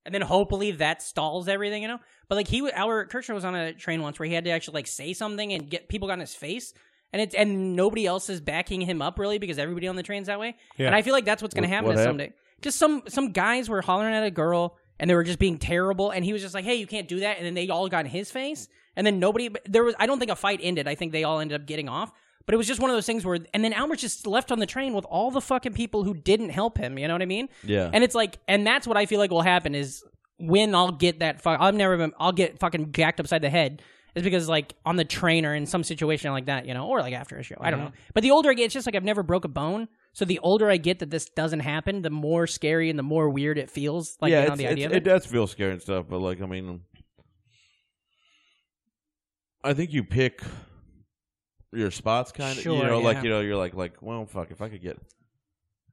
and then hopefully that stalls everything you know but like he wa- Albert Kirchner was on a train once where he had to actually like say something and get people got in his face and it's and nobody else is backing him up really because everybody on the train's that way
Yeah.
and I feel like that's what's gonna
What-
happen
what
to
hap-
someday just some some guys were hollering at a girl and they were just being terrible and he was just like hey you can't do that and then they all got in his face and then nobody but there was i don't think a fight ended i think they all ended up getting off but it was just one of those things where and then albert just left on the train with all the fucking people who didn't help him you know what i mean
Yeah,
and it's like and that's what i feel like will happen is when i'll get that fuck i've never been i'll get fucking jacked upside the head is because like on the train or in some situation like that you know or like after a show i don't
Mm-hmm.
know but the older i get it's just like i've never broke a bone so the older i get that this doesn't happen the more scary and the more weird it feels like you know,
it's-
the
it's-
idea of
it.
it,
does feel scary and stuff, but like I mean, I think you pick your spots, kind of. you
Sure,
know,
yeah.
like you know, you're like like, well, fuck, if I could get,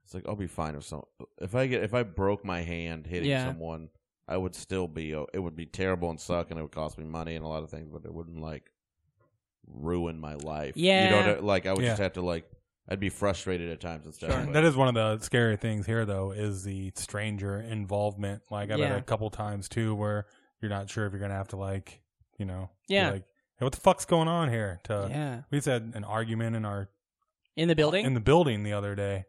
it's like I'll be fine if some if I get if I broke my hand hitting
Yeah.
someone, I would still be oh, it would be terrible and suck, and it would cost me money and a lot of things, but it wouldn't like ruin my life. you
Yeah.
know, like I would
Yeah.
just have to like I'd be frustrated at times and stuff.
Sure.
but-
That is one of the scary things here, though, is the stranger involvement. Like I've had
Yeah.
a couple times too, where you're not sure if you're gonna have to like, you know, be
Yeah.
like hey, what the fuck's going on here? To
yeah.
we just had an argument in our
In the building?
in the building the other day,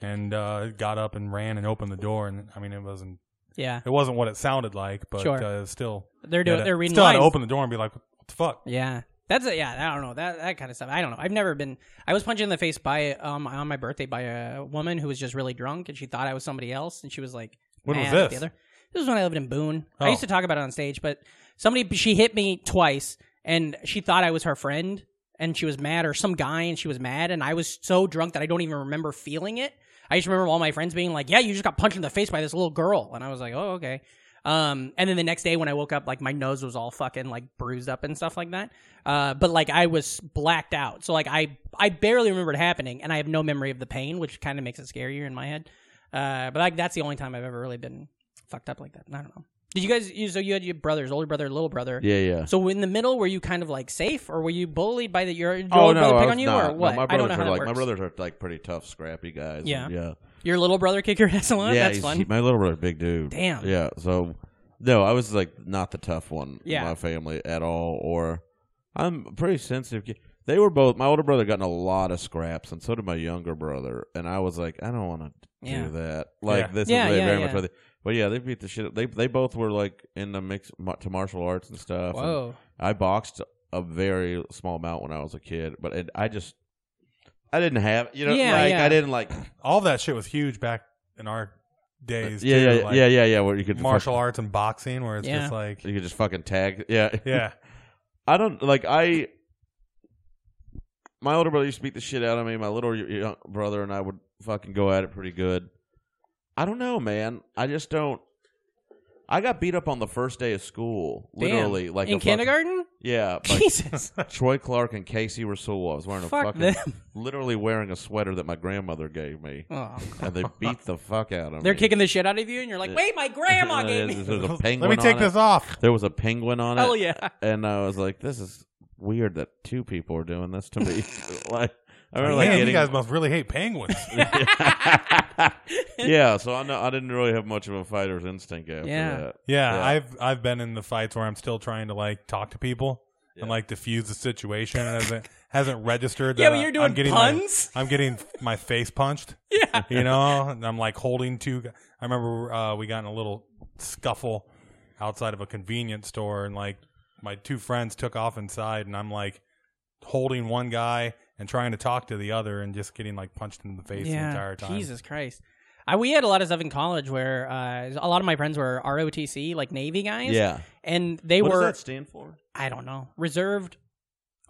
and uh, got up and ran and opened the door, and I mean it wasn't
yeah.
it wasn't what it sounded like, but
Sure.
uh, still
They're doing,
had to-
they're reading
still had to
lines.
open the door and be like, what the fuck?
Yeah. That's a, yeah, I don't know. That that kind of stuff. I don't know. I've never been I was punched in the face by um on my birthday by a woman who was just really drunk and she thought I was somebody else and she was like
When was
mad at
this?
The other. This was when I lived in Boone.
Oh.
I used to talk about it on stage, but somebody she hit me twice and she thought I was her friend and she was mad or some guy and she was mad and I was so drunk that I don't even remember feeling it. I just remember all my friends being like, "Yeah, you just got punched in the face by this little girl." And I was like, "Oh, okay." Um, and then the next day when I woke up, like my nose was all fucking like bruised up and stuff like that. Uh, but like I was blacked out, so like I I barely remember it happening, and I have no memory of the pain, which kind of makes it scarier in my head. Uh, but like that's the only time I've ever really been fucked up like that. I don't know. Did you guys? You, so you had your brothers, older brother, little brother.
Yeah, yeah.
So in the middle, were you kind of like safe, or were you bullied by the your, your
Oh
older
no,
brother
I
pick
was
on you,
not.
or what?
No, my
I don't
brothers
know how
are
that
like
works.
my brothers are like pretty tough, scrappy guys. and
Yeah.
yeah.
Your little brother kicked your ass a lot.
yeah,
that's
he's-
fun.
he- my little brother, big dude.
Damn.
Yeah. So, no, I was like not the tough one
Yeah.
in my family at all. Or I'm a pretty sensitive. kid. They were both. My older brother got in a lot of scraps, and so did my younger brother. And I was like, I don't want to
Yeah.
do that. Like
Yeah.
this
Yeah,
is very,
yeah,
very
yeah.
much. what they- But yeah, they beat the shit. up. They they both were like in the mix ma- to martial arts and stuff. and-
Whoa.
I boxed a very small amount when I was a kid, but it, I just I didn't have you know
Yeah,
like
yeah.
I didn't like
All that shit was huge back in our days.
yeah
too,
yeah,
like
yeah yeah yeah where you could
Martial
fuck-
arts and boxing, where it's
Yeah.
just like,
you could just fucking tag yeah
yeah,
I don't like I. My older brother used to beat the shit out of me. My little y- young brother and I would fucking go at it pretty good. I don't know, man. I just don't. I got beat up on the first day of school,
Damn.
literally, like
in
a fucking-
kindergarten.
yeah, by
Jesus,
Troy Clark and Casey Rasul. I was wearing a
Fuck
fucking,
them.
literally wearing a sweater that my grandmother gave me,
oh.
and they beat the fuck out of me.
they're kicking the shit out of you, and you're like, "Wait, my grandma gave me."
There was a penguin
let me take
on
this
it.
off.
There was a penguin on it.
Hell yeah!
And I was like, this is weird that two people are doing this to me. like, I remember like
Man,
getting.
you guys must really hate penguins.
yeah, so I know I didn't really have much of a fighter's instinct after
Yeah.
that.
Yeah,
Yeah.
I've I've been in the fights where I'm still trying to like talk to people and
Yeah.
like diffuse the situation and hasn't hasn't registered.
Yeah,
that
but you're
I-
doing
I'm getting my-
puns.
I'm getting my face punched.
Yeah.
you know, and I'm like holding two. gu- I remember uh, we got in a little scuffle outside of a convenience store, and like my two friends took off inside, and I'm like holding one guy and trying to talk to the other, and just getting like punched in the face the entire time.
Jesus Christ. I, we had a lot of stuff in college where uh, a lot of my friends were ROTC, like Navy guys.
Yeah.
And they
what
were,
does that stand for?
I don't know, reserved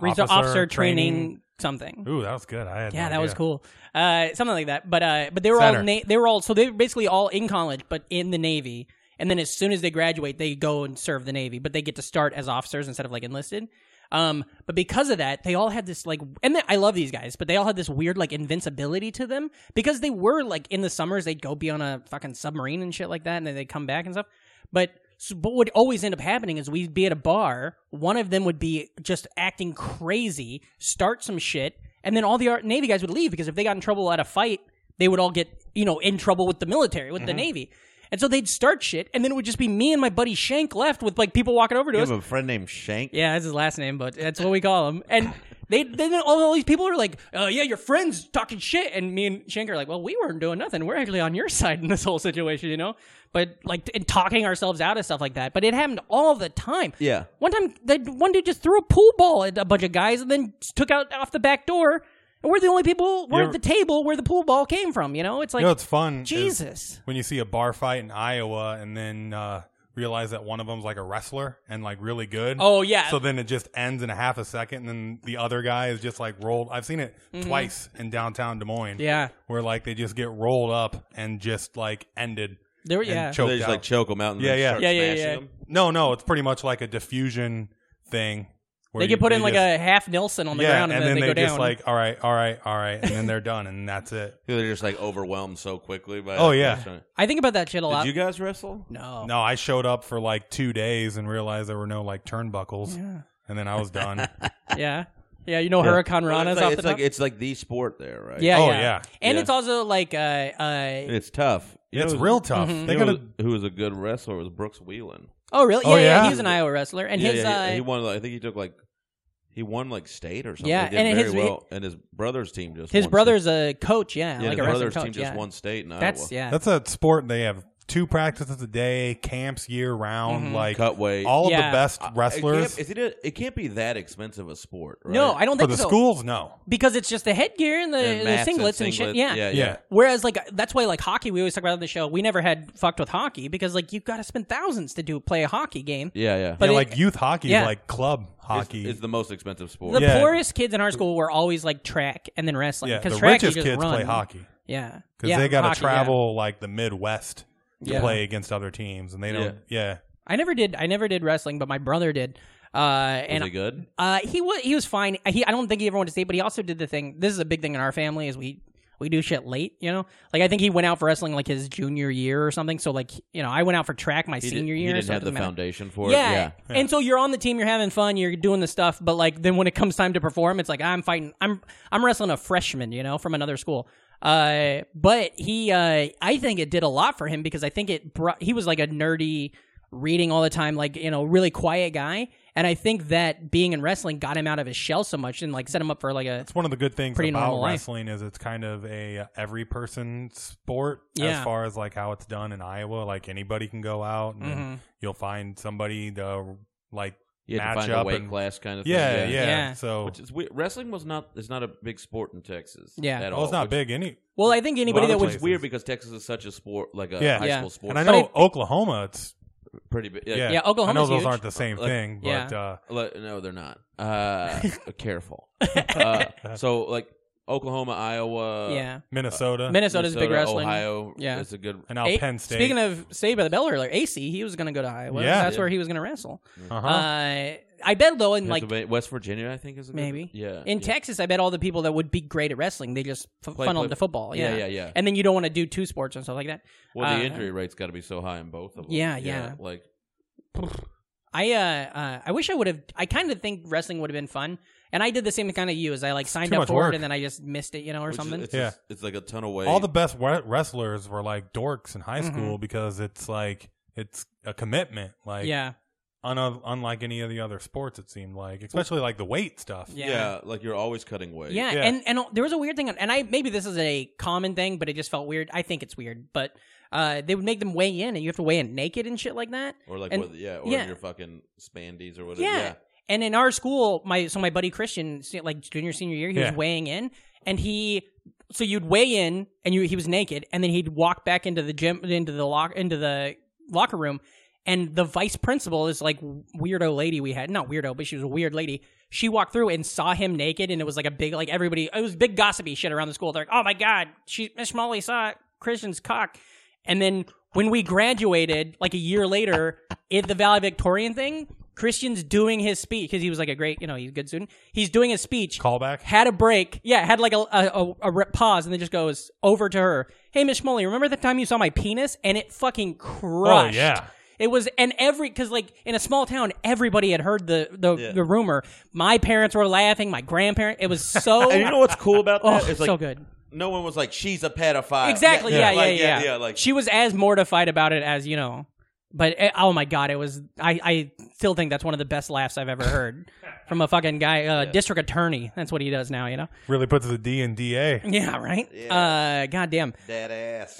reser-
Officer
officer, training,
training.
something.
Ooh, that was good. I had
yeah,
no
that was
idea.
cool. Uh, something like that. But uh, but they were all
Center.
na- they were all so they were basically all in college, but in the Navy. And then as soon as they graduate, they go and serve the Navy, but they get to start as officers instead of like enlisted. Um, but because of that, they all had this like, and they, I love these guys, but they all had this weird like invincibility to them because they were like in the summers they'd go be on a fucking submarine and shit like that, and then they'd come back and stuff. But so, but what would always end up happening is we'd be at a bar, one of them would be just acting crazy, start some shit, and then all the Ar- Navy guys would leave because if they got in trouble at a fight, they would all get, you know, in trouble with the military, with the
Mm-hmm.
Navy. And so they'd start shit, and then it would just be me and my buddy Shank left with like people walking over to
You
us.
have a friend named Shank.
Yeah, that's his last name, but that's what we call him. And they then all, all these people are like, uh, "Yeah, your friends talking shit," and me and Shanker are like, "Well, we weren't doing nothing. We're actually on your side in this whole situation, you know." But like and talking ourselves out of stuff like that. But it happened all the time.
Yeah.
One time, they, one dude just threw a pool ball at a bunch of guys and then took out off the back door. And we're the only people. We're
Yeah.
at the table where the pool ball came from. You know, it's like
you know, it's fun. is
Jesus.
when you see a bar fight in Iowa, and then uh, realize that one of them's like a wrestler and like really good.
Oh yeah.
So then it just ends in a half a second, and then the other guy is just like rolled. I've seen it twice in downtown Des Moines.
Mm-hmm. Yeah.
where like they just get rolled up and just like ended.
there.
and
Yeah.
choked
they just
out.
like choke them out and
Yeah,
then
yeah.
start
Yeah, yeah,
smashing
yeah.
them.
no, no, it's pretty much like a diffusion thing. where
They
you-
get put in like
just-
a half Nelson on the
yeah,
ground, and,
then,
they,
they,
go
just
down.
like all right, all right, all right, and then they're done, and that's it.
They're just like overwhelmed so quickly by
Oh, yeah.
I think about that shit a lot.
Did you guys wrestle?
No.
No, I showed up for like two days and realized there were no like turnbuckles, and then I was done.
Yeah. Yeah, you know
Yeah.
Hurricane
Well,
Rana's
it's like,
off the
it's like
top?
it's like the sport there, right?
yeah,
Oh,
yeah,
yeah.
And
Yeah.
it's also like uh, uh,
And it's tough. You
it's
know,
real tough.
Mhm.
They
you know
gotta.
who was a good wrestler was Brooks Wheelan.
oh really? Yeah,
Oh,
yeah,
yeah.
He was an Iowa wrestler, and
yeah,
his
yeah,
uh,
he, he won. like, I think he took like he won like state or something.
Yeah,
He did
and
very
his-
well. and his brother's team just
his
won
brother's a coach. Yeah,
state. yeah,
like
his
a wrestling
brother's
coach.
team just
yeah.
won state in
That's
Iowa.
yeah.
That's a sport. They have two practices a day, camps year round.
Mhm.
Like
Cut weight.
all of
Yeah. Uh,
the best
I- it can't-
wrestlers
It can't, it can't be that expensive a sport, right?
No, I don't
for
think
the
so.
schools. No.
because it's just the headgear and the,
And
the
mats
singlets and, shit.
singlet-
Yeah.
yeah,
Yeah.
Whereas, like, that's why, like, hockey, we always talk about it on the show. We never had fucked with hockey because, like, you've got to spend thousands to do play a hockey game.
yeah, yeah.
But
yeah,
it-
like youth hockey,
yeah.
like club hockey.
is the most expensive sport.
The
Yeah.
poorest kids in our school were always like track and then wrestling.
yeah,
because
the
track,
richest
you just
kids
run.
play hockey
Yeah,
because
Yeah,
they got
hockey,
to
yeah.
travel like the Midwest to
Yeah.
play against other teams, and they don't. Yeah,
I never did. I never did wrestling, but my brother did. Uh,
Was
and
he good?
Uh, he was he was fine. He I don't think he ever went to state, but he also did the thing. This is a big thing in our family is we we do shit late. You know, like I think he went out for wrestling like his junior year or something. So like you know, I went out for track my
He, did,
senior
he
year.
didn't
so it
have the
doesn't matter.
foundation for
Yeah.
it. Yeah.
and so you're on the team, you're having fun, you're doing the stuff, but like then when it comes time to perform, it's like I'm fighting, I'm I'm wrestling a freshman, you know, from another school. Uh, but he, uh, I think it did a lot for him because I think it brought. He was like a nerdy, reading all the time, like you know, really quiet guy, and I think that being in wrestling got him out of his shell so much and like set him up for like a
it's one of the good things
Pretty normal
about
life.
wrestling is it's kind of a uh, every person sport
Yeah.
as far as like how it's done in Iowa. Like anybody can go out, and
Mhm.
you'll find somebody to like.
You had to
match
find a
up
weight
and-
class kind of
Yeah, yeah.
thing.
Yeah.
So
Which is weird. Wrestling was not is not a big sport in Texas.
Yeah.
at
well, it's
all,
not
which-
big any.
well, I think anybody
Well,
that
which
places.
would
is weird because Texas is such a sport, like a
Yeah.
high
Yeah.
school sport.
And I
But
know
it-
Oklahoma, it's
pretty big.
yeah.
yeah,
I know
Oklahoma's
those
huge.
aren't the same
Like-
thing, but
Yeah.
uh,
Le- no, they're not. Uh, careful. Uh, so, like Oklahoma, Iowa,
yeah,
uh, Minnesota
Minnesota's
Minnesota,
big wrestling.
Ohio,
Yeah.
it's a good.
and now
A-
Penn State.
Speaking of Saved by the Bell earlier, AC he was going to go to Iowa.
Yeah.
that's
Yeah.
where he was going to wrestle.
uh-huh.
Uh, I bet though, in like
Pennsylvania- West Virginia, I think is a good,
Maybe.
Yeah,
in
yeah.
Texas, I bet all the people that would be great at wrestling they just f-
Play-
funnel
play-
into football. Yeah.
yeah, yeah, yeah.
And then you don't want to do two sports and stuff like that.
Well, the
uh,
injury rate's got to be so high in both of them.
Yeah, yeah.
Like
I uh, uh I wish I would have. I kind of think wrestling would have been fun. And I did the same kind of you, as I like signed
too
up
much
for it
work.
and then I just missed it, you know, or
which is-
something.
it's
Yeah.
just- it's like a ton of weight.
all the best wre- wrestlers were like dorks in high school
Mm-hmm.
because it's like it's a commitment like
yeah,
un- unlike any of the other sports it seemed like especially like the weight stuff
yeah,
yeah. like you're always cutting weight.
Yeah,
Yeah.
and and there was a weird thing, and I maybe this is a common thing, but it just felt weird. I think it's weird, but uh, they would make them weigh in, and you have to weigh in naked and shit like that.
or like
and-
with, yeah, or
yeah.
your fucking spandies or whatever.
Yeah.
yeah.
And in our school, my so my buddy Christian, se- like junior senior year, he
Yeah.
was weighing in, and he so you'd weigh in, and you he was naked, and then he'd walk back into the gym, into the lock, into the locker room, and the vice principal is like weirdo lady we had, not weirdo, but she was a weird lady. She walked through and saw him naked, and it was like a big like everybody, it was big gossipy shit around the school. They're like, oh my god, she Miss Molly saw Christian's cock, and then when we graduated, like a year later, at the valedictorian thing, Christian's doing his speech because he was like a great, you know, he's a good student. He's doing his speech.
callback
Had a break, yeah. Had like a a, a, a re- pause, and then just goes over to her. Hey, Miss Schmoly, remember the time you saw my penis? And it fucking crushed.
Oh, yeah.
It was, and every because like in a small town, everybody had heard the the,
Yeah.
the rumor. My parents were laughing. My grandparents. It was so
And you know what's cool about that?
oh,
it's like
so good.
no one was like, "She's a pedophile."
Exactly. Yeah, yeah, yeah.
like, yeah, like
she was as mortified about it as you know. But eh, oh my god, it was. I I still think that's one of the best laughs I've ever heard from a fucking guy, uh, district attorney. That's what he does now. You know.
really puts the d and da
Yeah. Right. Uh. Goddamn.
that ass.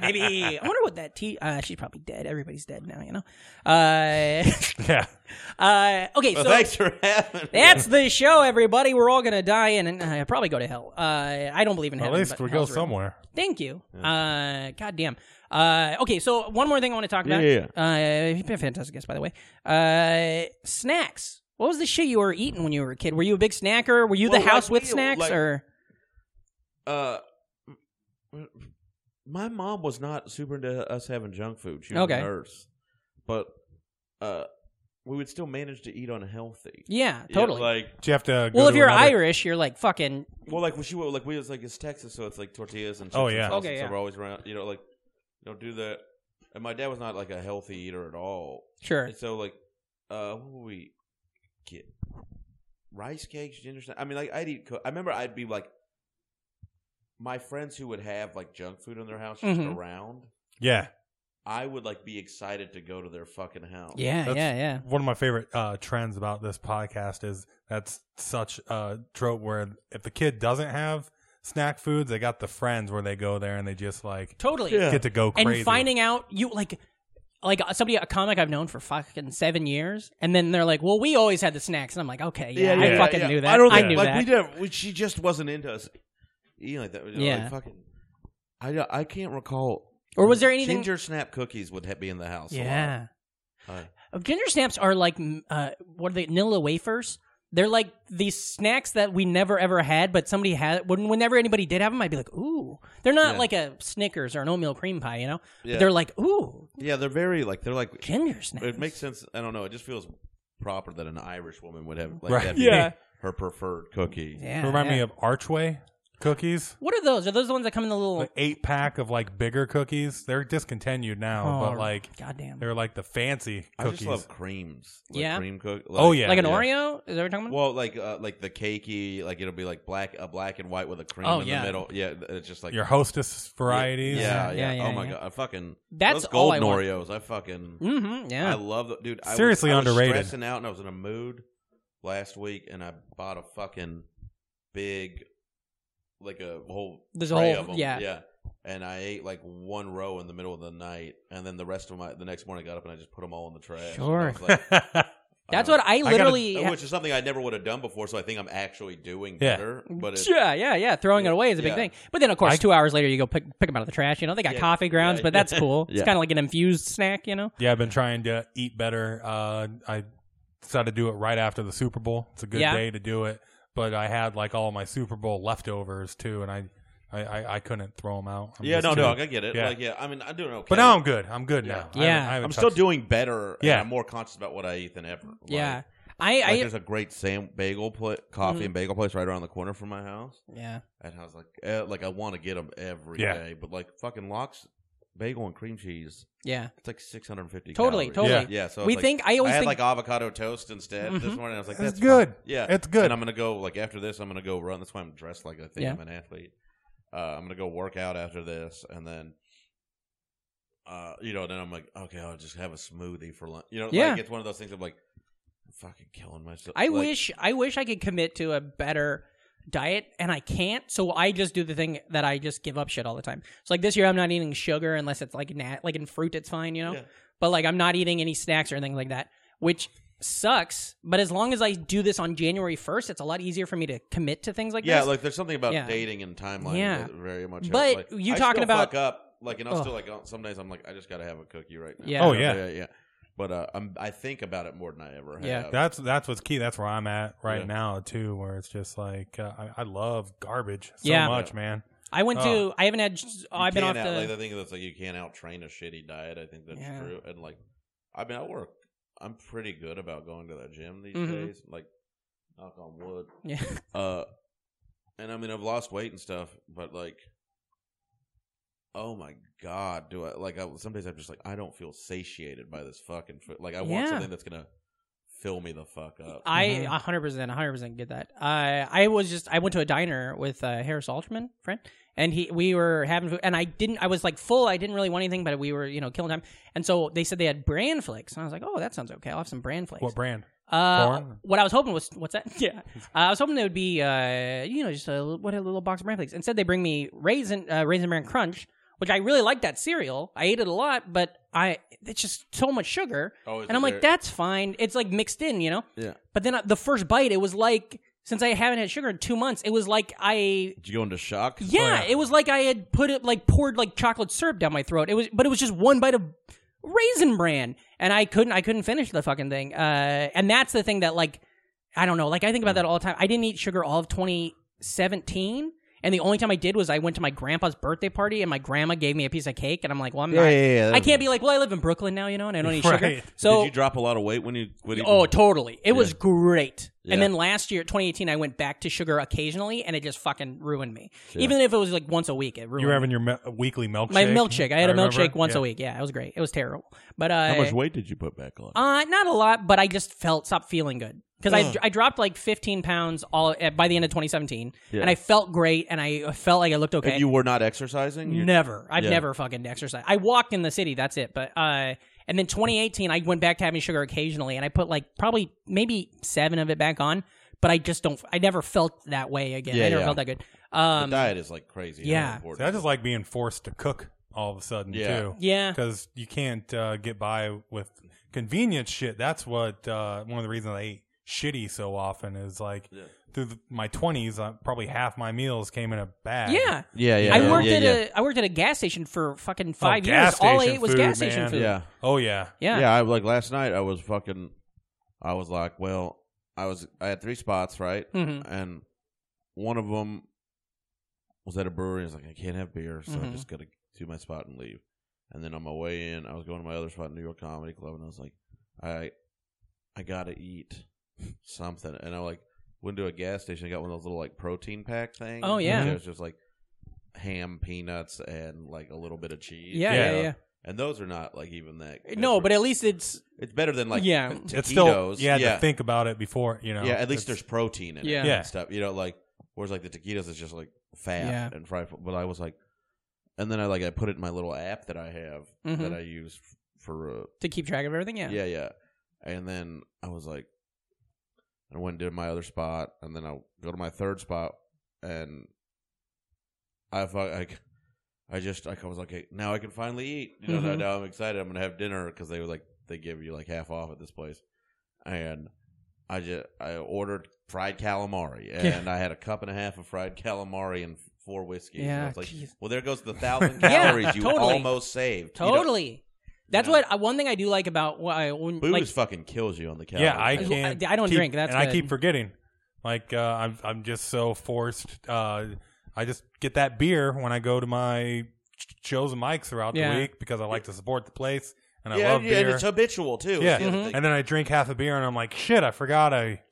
Maybe I wonder what that T. Uh, she's probably dead. Everybody's dead now. You know. Uh.
yeah
uh okay.
Well,
so
thanks for having. me.
that's the show, everybody. We're all gonna die and uh, probably go to hell. Uh. I don't believe in
at
heaven.
least
but
we go
hell's real.
somewhere
Thank you. Uh, goddamn. Uh, okay, so one more thing I want to talk about.
Yeah,
Uh, you've been a fantastic guest, by the way. Uh, snacks. What was the shit you were eating when you were a kid? Were you a big snacker? Were you
Well,
the
like
house with
me,
snacks
like-
or?
Uh, my mom was not super into us having junk food. She was
Okay.
a nurse, but uh, we would still manage to eat unhealthy.
Yeah,
You know,
totally.
like
do you have to go
well, if
to
you're
another-
Irish, you're like fucking.
well, like she would like we was like it's Texas, so it's like tortillas and chips
Oh,
and
yeah.
salsa,
Okay,
so
yeah.
we're always around. You know, like you know, do that. And my dad was not like a healthy eater at all.
Sure.
And so like, uh, what would we get? rice cakes, ginger snaps. I mean, like I'd eat. Co- I remember I'd be like, my friends who would have like junk food in their house just
Mhm.
around.
Yeah.
I would like be excited to go to their fucking house.
Yeah,
That's-
yeah, yeah.
One of my favorite uh, trends about this podcast is that's such a trope where if the kid doesn't have snack foods, they got the friends where they go there and they just like
Totally.
Yeah.
get to go
and
crazy.
finding out you like like uh, somebody a comic I've known for fucking seven years, and then they're like, "Well, we always had the snacks," and I'm like, "Okay, yeah, I
yeah,
fucking knew that. I,
I don't think,
knew
like,
that."
We did, we, she just wasn't into us eating like that. You know, like,
Yeah.
fucking. I don't- I can't recall.
Or was there anything-
Ginger snap cookies would ha- be in the house. a lot.
yeah,
Uh,
Oh, ginger snaps are like mm, uh, what are they? Nilla wafers. They're like these snacks that we never ever had, but somebody had. When, whenever anybody did have them, I'd be like, "Ooh!" They're not
Yeah.
like a Snickers or an oatmeal cream pie, you know. But
Yeah.
they're like, "Ooh,
yeah, they're very like they're like
ginger snaps."
It makes sense. I don't know. It just feels proper that an Irish woman would have like
Right.
that be
Yeah.
her preferred cookie.
Yeah,
Remind
yeah.
me of Archway cookies.
what are those? Are those the ones that come in the little?
Like eight pack of like bigger cookies. They're discontinued now,
Oh,
but like
goddamn,
they're like the fancy
I
cookies.
just love creams. Like
Yeah.
cream cook.
Oh, yeah.
like an Oreo? Is that what you're talking about?
Well, like uh, like the cakey, like it'll be like black a black and white with a cream
Oh,
in
yeah.
the middle. Yeah, th- it's just like
Your hostess varieties.
Yeah, yeah.
Yeah, yeah,
oh my
yeah.
god, I fucking
That's
those
all
golden
I want.
Oreos. I fucking
mm-hmm. Yeah.
I love the dude. I
Seriously
was, I was
underrated.
stressing out, and I was in a mood last week, and I bought a fucking big, like a whole
There's a
tray
whole-
of 'em.
yeah.
yeah. And I ate like one row in the middle of the night, and then the rest of my the next morning I got up and I just put them all in the trash. And I
Sure.
was like,
That's
I
what
don't-
I
gotta-
literally.
which is something I never would have done before, so I think I'm actually doing
Yeah.
better. But it's,
yeah, yeah, yeah. Throwing it away is a big
Yeah.
thing. But then, of course,
I-
two hours later, you go pick, pick them out of the trash. You know, they got
Yeah.
coffee grounds,
Yeah,
but
yeah.
that's cool. It's
Yeah.
kind of like an infused snack, you know?
Yeah, I've been trying to eat better. Uh, I decided to do it right after the Super Bowl. It's a good
Yeah.
day to do it, but I had like all my Super Bowl leftovers too, and I, I, I, I couldn't throw them out. I'm
yeah,
just
no,
too-
dog, I get it.
Yeah.
Like, yeah, I mean, I'm doing okay.
But now I'm good. I'm good
Yeah.
now.
Yeah.
I haven't- I haven't
I'm still
touched-
doing better. Yeah,
Yeah.
and I'm more conscious about what I eat than ever. Like,
yeah. I.
like,
I Mm-hmm.
there's a great Sam bagel pla coffee and bagel place right around the corner from my house,
yeah.
and I was like, eh, like I want to get them every day,
Yeah.
but like fucking locks, bagel and cream cheese,
Yeah.
it's like 650.
Totally,
calories.
totally.
yeah. So
we
it's like-
think, I always
I had
think.
like avocado toast instead this
Mhm.
morning. I was like,
Mm-hmm. That's
that's
good.
fine. Yeah,
It's good.
And I'm gonna go like after this, I'm gonna go run. That's why I'm dressed like I think
Yeah.
I'm an athlete. Uh, I'm gonna go work out after this, and then, uh, you know, then I'm like, okay, I'll just have a smoothie for lunch. You know,
Yeah.
like it's one of those things. I'm like, I'm fucking killing myself.
I
Like,
wish I wish I could commit to a better diet and I can't so I just do the thing that I just give up shit all the time. So like this year I'm not eating sugar unless it's like nat- like in fruit it's fine, you know.
Yeah.
But like I'm not eating any snacks or anything like that, which sucks, but as long as I do this on January 1st, it's a lot easier for me to commit to things like
yeah,
this.
like there's something about
Yeah.
dating and timeline.
Yeah.
that very much. helps.
But
Like,
you
I
talking
still
about-
fuck up? Like, and I'm
Ugh.
still like, oh, some days I'm like, I just gotta have a cookie right now.
Yeah.
Oh, yeah.
yeah, yeah. But uh, I'm I think about it more than I ever have.
Yeah.
That's that's what's key. That's where I'm at right
Yeah.
now too, where it's just like uh, I, I love garbage so
Yeah.
much, man.
I went
Oh.
to I haven't had
You
I've been off
can't out,
the
like, I think that's like you can't out train a shitty diet. I think that's
Yeah.
true. And like, I mean, I work. I'm pretty good about going to the gym these
Mhm.
days. Like, knock on wood.
Yeah.
Uh, and I mean, I've lost weight and stuff, but like, oh my god, do I like? I, some days I'm just like, I don't feel satiated by this fucking food. Like, I want
Yeah.
something that's gonna fill me the fuck up.
I
Mhm.
a hundred percent, a hundred percent get that. I I was just I went to a diner with uh, Harris Altman, friend, and he we were having food, and I didn't I was like full, I didn't really want anything, but we were you know killing time, and so they said they had bran flakes, and I was like, oh, that sounds okay, I'll have some bran flakes.
What brand?
Uh,
Corn?
what I was hoping was what's that? Yeah, uh, I was hoping it would be uh, you know just a little- what a little box of bran flakes. Instead, they bring me raisin uh, raisin bran crunch, which I really like that cereal. I ate it a lot, but I it's just so much sugar,
Oh, is
and
it
I'm like
very-
that's fine. It's like mixed in, you know.
Yeah.
But then uh, the first bite, it was like since I haven't had sugar in two months, it was like I.
Did you go into shock?
Yeah, it was like I had put it like poured like chocolate syrup down my throat. It was, but it was just one bite of raisin bran, and I couldn't, I couldn't finish the fucking thing. Uh, and that's the thing that like, I don't know, like I think about that all the time. I didn't eat sugar all of 2017, and the only time I did was I went to my grandpa's birthday party, and my grandma gave me a piece of cake, and I'm like, well, I'm not,
yeah,
I can't be like, well, I live in Brooklyn now, you know, and I don't eat
Right.
sugar.
Did
So
Did you drop a lot of weight when you quit eating?
Oh, totally. It Oh, was great.
Yeah.
And then last year, 2018, I went back to sugar occasionally, and it just fucking ruined me.
Yeah.
Even if it was like once a week, it ruined.
You were having
me.
your me- uh, weekly milkshake.
my milkshake. I had a
remember.
milkshake once
Yeah.
a week. Yeah, it was great. It was terrible, but uh,
How much weight did you put back on?
uh, not a lot, but I just felt stopped feeling good because I, I dropped like 15 pounds all at, by the end of 2017,
Yeah.
and I felt great, and I felt like I looked okay.
If you were not exercising, you-
Never. I've
Yeah.
never fucking exercised. I walked in the city. That's it. But uh, and then 2018, I went back to having sugar occasionally, and I put like probably maybe seven of it back on. But I just don't. I never felt that way again.
Yeah,
I never
yeah.
felt that good.
the
Um,
diet is like crazy. how
yeah.
important
See, I
it
just
is.
like being forced to cook all of a sudden
Yeah.
too.
yeah,
because you can't uh, get by with convenience shit. That's what uh, one of the reasons I ate shitty so often is like
Yeah.
through the, my twenties, uh, probably half my meals came in a bag.
yeah.
yeah, yeah.
I
yeah,
worked
yeah,
at
yeah. Oh,
a I worked at a gas station for fucking five years.
gas
All I
station
ate was
food,
gas station
man.
food.
yeah.
Oh yeah.
Yeah.
Yeah, I like last night. I was fucking. I was like, well, I was. I had three spots, right?
Mhm.
And one of them was at a brewery. I was like, I can't have beer, so I
Mhm.
just gotta do my spot and leave. And then on my way in, I was going to my other spot, New York Comedy Club, and I was like, I, I gotta eat something. And I like went to a gas station. I got one of those little like protein pack things.
Oh, yeah.
it was just like ham, peanuts, and like a little bit of cheese.
Yeah,
Yeah.
yeah, yeah.
And those are not like even that.
No,
it's-
but at least it's
it's better than like
Yeah.
taquitos.
It's still you had
yeah.
to think about it before you know.
yeah, at
It's-
least there's protein in it.
Yeah.
and
Yeah.
stuff. You know, like whereas like the taquitos is just like fat
Yeah.
and fried. food. But I was like, and then I like I put it in my little app that I have
Mhm.
that I use f- for uh,
to keep track of everything. Yeah.
yeah. yeah and then I was like, I went and did my other spot, and then I go to my third spot, and I fuck like. I just like I was like, okay, now I can finally eat. You know, now,
Mhm.
now I'm excited. I'm gonna have dinner because they were like they give you like half off at this place, and I just I ordered fried calamari, and I had a cup and a half of fried calamari and four whiskeys. And I
Yeah,
was like,
jeez.
well, there goes the thousand
Yeah,
calories you
totally.
almost saved. You don't-
Totally. That's
know.
what uh, one thing I do like about why when
Booze
like
fucking kills you on the calories.
Yeah, I
man.
can't.
I- I don't
keep-
drink, that's
and I
good.
keep forgetting. Like uh, I'm, I'm just so forced. Uh, I just get that beer when I go to my ch- shows and mics throughout
Yeah.
the week because I like to support the place and I
yeah,
love
yeah,
beer.
and it's habitual too.
Yeah,
It's the other
Mhm.
thing.
and then I drink half a beer and I'm like, shit, I forgot I.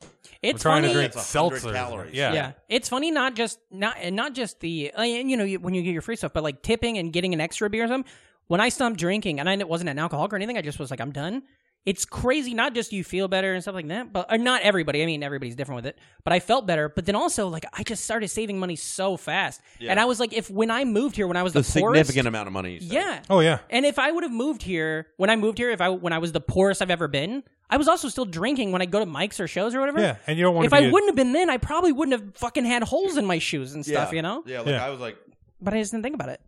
it's
We're trying
funny.
to drink
It's 100
seltzer.
calories.
Yeah.
yeah. it's funny not just not and not just the uh, and you know you, when you get your free stuff, but like tipping and getting an extra beer or something. When I stopped drinking, and I it wasn't an alcoholic or anything, I just was like, I'm done. It's crazy. Not just you feel better and stuff like that, but or not everybody. I mean, everybody's different with it. But I felt better. But then also, like, I just started saving money so fast,
Yeah.
and I was like, if when I moved here, when I was the,
the
poorest-
significant amount of money. You save.
yeah,
Oh yeah.
and if I would have moved here when I moved here, if I when I was the poorest I've ever been, I was also still drinking when I go to mics or shows or whatever.
Yeah, and you don't want
if
to.
I wouldn't have been then, I probably wouldn't have fucking had holes in my shoes and stuff,
Yeah.
you know.
Yeah, like
Yeah.
I was like,
But I just didn't think about it.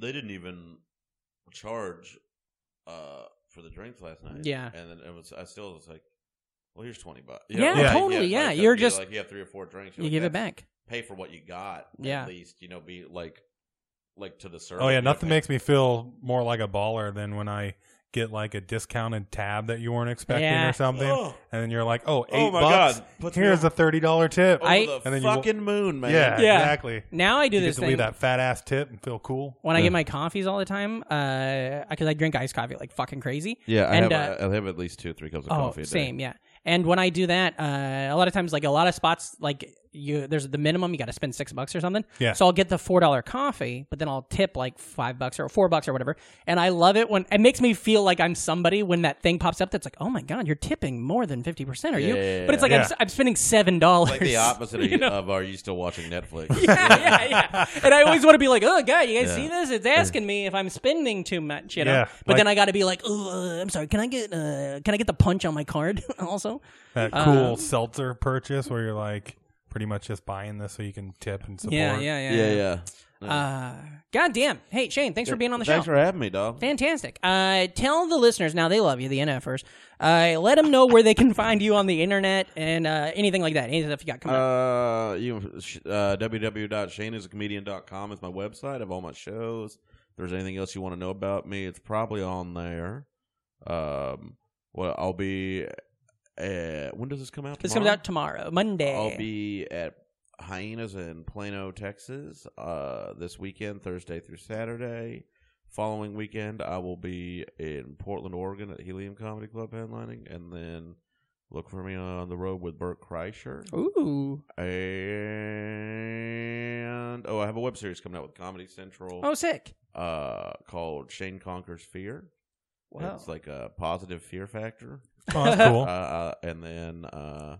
they didn't even charge uh, for the drinks last night.
Yeah.
and then it was. I still was like, well, here's twenty bucks.
Yeah,
Yeah.
totally, yeah. You're
you
just-
like you have three or four drinks.
You
like,
give it
that's-
back.
Pay for what you got.
Yeah.
at least you know, be like, like to the service.
Oh yeah,
you know,
nothing
pay-
makes me feel more like a baller than when I get like a discounted tab that you weren't expecting
Yeah.
or something,
Oh.
and then you're like, oh, eight
Oh my
bucks.
God. Puts me
Here's
on-
a thirty dollar tip.
over
I-
the
And then you wa-
fucking moon, man.
yeah,
Yeah.
exactly.
Now I do
you
this
get to leave
thing
that fat ass tip and feel cool.
when I get my coffees all the time, uh, because I drink iced coffee like fucking crazy.
Yeah, I
and
have
uh,
I have at least two, three cups of
oh,
coffee a day.
same, yeah. And when I do that, uh, a lot of times, like a lot of spots, like you, there's the minimum you got to spend six bucks or something.
Yeah.
So I'll get the four dollar coffee, but then I'll tip like five bucks or four bucks or whatever. And I love it when it makes me feel like I'm somebody when that thing pops up. That's like, oh my god, you're tipping more than fifty percent, are you?
Yeah, yeah, yeah,
but it's like I'm,
yeah.
s- I'm spending seven dollars.
Like the opposite of, of are you still watching Netflix?
yeah, yeah, yeah. And I always want to be like, oh god, you guys
Yeah.
see this? It's asking me if I'm spending too much, you know.
Yeah,
but then
like-
I got to be like, oh, uh, I'm sorry. Can I get uh, can I get the punch on my card also?
that
Uh,
cool seltzer purchase where you're like pretty much just buying this so you can tip and support.
Yeah, yeah, yeah,
yeah, yeah.
Uh, God damn. Hey, Shane, thanks for being on the
Thanks
show.
for having me, dog.
Fantastic. Uh, tell the listeners now they love you, the NFers. Uh, let them know where they can find you on the internet and uh, anything like that. Any stuff you got coming up.
Uh, you sh- uh, www.shaneisacomedian.com is my website of all my shows. If there's anything else you want to know about me, it's probably on there. Um, well, I'll be. Uh, when does this come out?
This comes
Tomorrow?
out tomorrow, Monday.
I'll be at Hyenas in Plano, Texas, uh, this weekend, Thursday through Saturday. Following weekend, I will be in Portland, Oregon, at Helium Comedy Club headlining, and then Look for me on the road with Burt Kreischer.
Ooh.
And oh, I have a web series coming out with Comedy Central
Oh, sick.
uh, called Shane Conquers Fear.
Wow.
It's like a positive fear factor.
Oh, that's cool.
Uh, uh, and then, uh,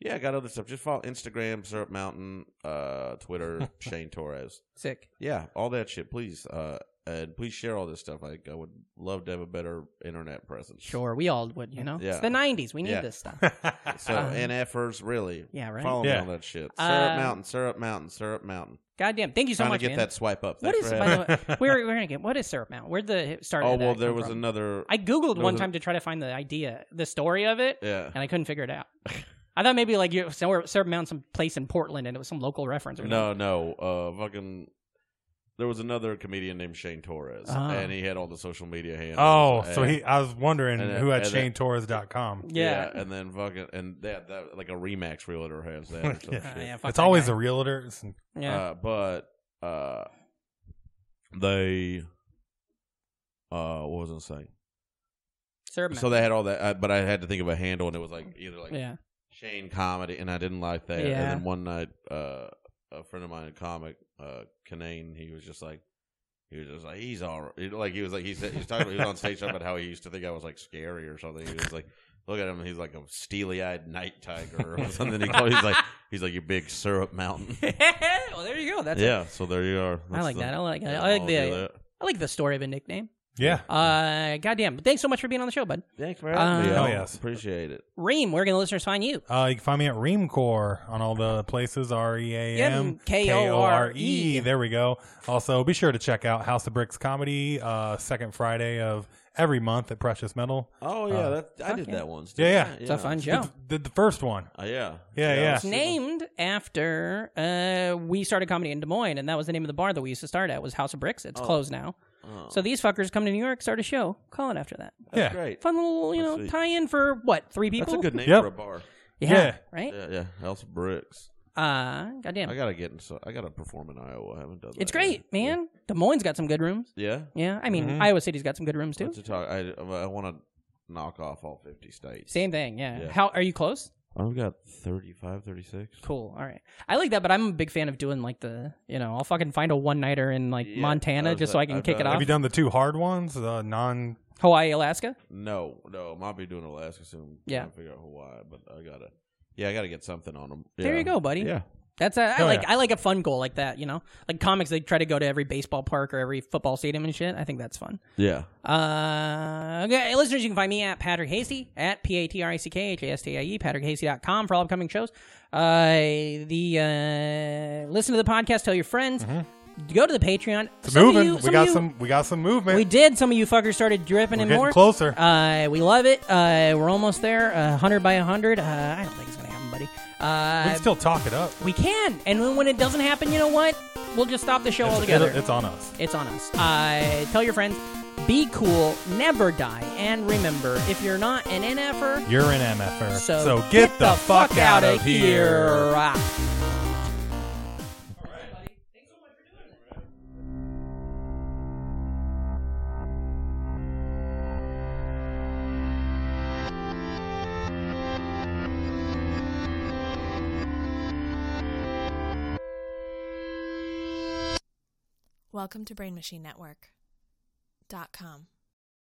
yeah, I got other stuff. Just follow Instagram, Syrup Mountain, uh, Twitter, Shane Torres.
Sick.
Yeah, all that shit, please. Uh, and please share all this stuff. Like, I would love to have a better internet presence.
Sure, we all would, you know? It's
Yeah.
the 90s. We need
Yeah.
this stuff.
So,
Um,
and effers, really.
Yeah, right?
Follow me
Yeah.
on that shit. Syrup
Uh,
Mountain, Syrup Mountain, Syrup Mountain.
Goddamn. Thank you so
Trying
much,
to get
man.
that swipe up.
what
Thanks
is,
for
by
having-
the way, we're, we're going to get, what is Syrup Mountain? Where'd the start
Oh,
of that
well, there
come
was
from?
another.
I Googled
there
one
was a-
time to try to find the idea, the story of it,
yeah.
and I couldn't figure it out. I thought maybe like you somewhere Syrup Mountain, some place in Portland, and it was some local reference or
No, no. Uh, fucking. There was another comedian named Shane Torres,
Ah.
and he had all the social media handles.
oh, so
and-
he. I was wondering
and, uh,
who had
and, uh,
ShaneTorres.com.
something. Yeah.
and then fucking, and that, that like a Remax realtor has that. Or some
Yeah.
shit.
yeah, fuck
It's
that
always
guy.
the realtor. It's-
Yeah.
Uh, but uh, they, uh, what was I saying?
Syrup
So
Mountain.
they had all that, uh, but I had to think of a handle, and it was like either like
yeah.
Shane comedy, and I didn't like that.
Yeah.
And then one night, uh, a friend of mine, a comic, uh, Kanane, he was just like, he was just like, he's all right. Like, he was like, he said, he was talking about, he was on stage talking about how he used to think I was like scary or something. He was like, look at him, he's like a steely eyed night tiger or something. He called, he's like, he's like, you big syrup mountain.
well, there you go. That's
yeah, so there you are.
I like
the-
that. I like that.
yeah,
I like
I'll
the
do that.
I like the story of a nickname.
Yeah.
Uh, goddamn. Thanks so much for being on the show, bud.
Thanks for having me.
Uh,
Oh,
I
yes.
Appreciate it.
Reem, where can the listeners find you?
Uh, you can find me at Reamcore on all the places R E A M
M-K-O-R-E.
There we go. Also, be sure to check out House of Bricks comedy uh, second Friday of every month at Precious Metal.
Oh, yeah.
Uh,
that, I did
yeah.
that once.
Yeah, yeah.
didn't I?
It's a fun
Did
show.
The, the first one.
Uh, yeah.
Yeah, yeah.
It's named after uh, we started comedy in Des Moines, and that was the name of the bar that we used to start at was House of Bricks. It's
Oh.
closed now.
Oh,
So these fuckers come to New York, start a show, call it after that.
that's
Yeah.
great.
Fun little, you know,
Sweet.
tie in for what three people?
That's a good name
Yep.
for a bar.
yeah,
Yeah.
right.
Yeah, yeah. House of Bricks.
Uh, goddamn,
I gotta get in. So I gotta perform in Iowa. I haven't done that.
it's
yet.
great, man. Des Moines got some good rooms.
Yeah.
Yeah, I mean
Mhm.
Mm-hmm.
Iowa City's got some good rooms
yeah.
too.
To talk, I, I want to knock off all fifty states.
Same thing. Yeah.
Yeah.
How are you close?
I've got 35, 36.
Cool. All right. I like that, but I'm a big fan of doing like the, you know, I'll fucking find a one nighter in like
Yeah, I
Montana
was
just so I
like-
can
I've uh,
kick it
done-
Have
off.
you done the two hard ones? The non.
Hawaii, Alaska.
No, no, I might be doing Alaska soon.
Yeah.
trying to figure out Hawaii, but I gotta. Yeah, I gotta get something on them.
There you go, buddy.
Yeah.
That's a, I
Oh,
like
yeah.
I like a fun goal like that, you know. Like comics, they try to go to every baseball park or every football stadium and shit. I think that's fun.
Yeah.
Uh, okay, listeners, you can find me at Patrick Hasty at p a t r i c k h a s t i e patrickhasty.com for all upcoming shows. Uh, the uh, listen to the podcast, tell your friends, go to the Patreon.
Mm-hmm. It's
Some of
moving.
you-
we
of
got
you-
some. We got some movement.
We did. Some of you fuckers started dripping
We're
in
getting
more.
closer.
Uh, we love it. Uh, we're almost there. Uh, 100 by 100. Uh, I don't think it's going to happen, buddy.
we can
Uh,
still talk it up.
we can. And when- when it doesn't happen, you know what? We'll just stop the show
It's,
altogether.
it's on us.
It's on us. Uh, tell your friends. Be cool. Never die. And remember, if you're not an NFer,
You're an MFR.
so,
so get, the, fuck, out of here.
here. Ah.
Welcome to BrainMachineNetwork.com.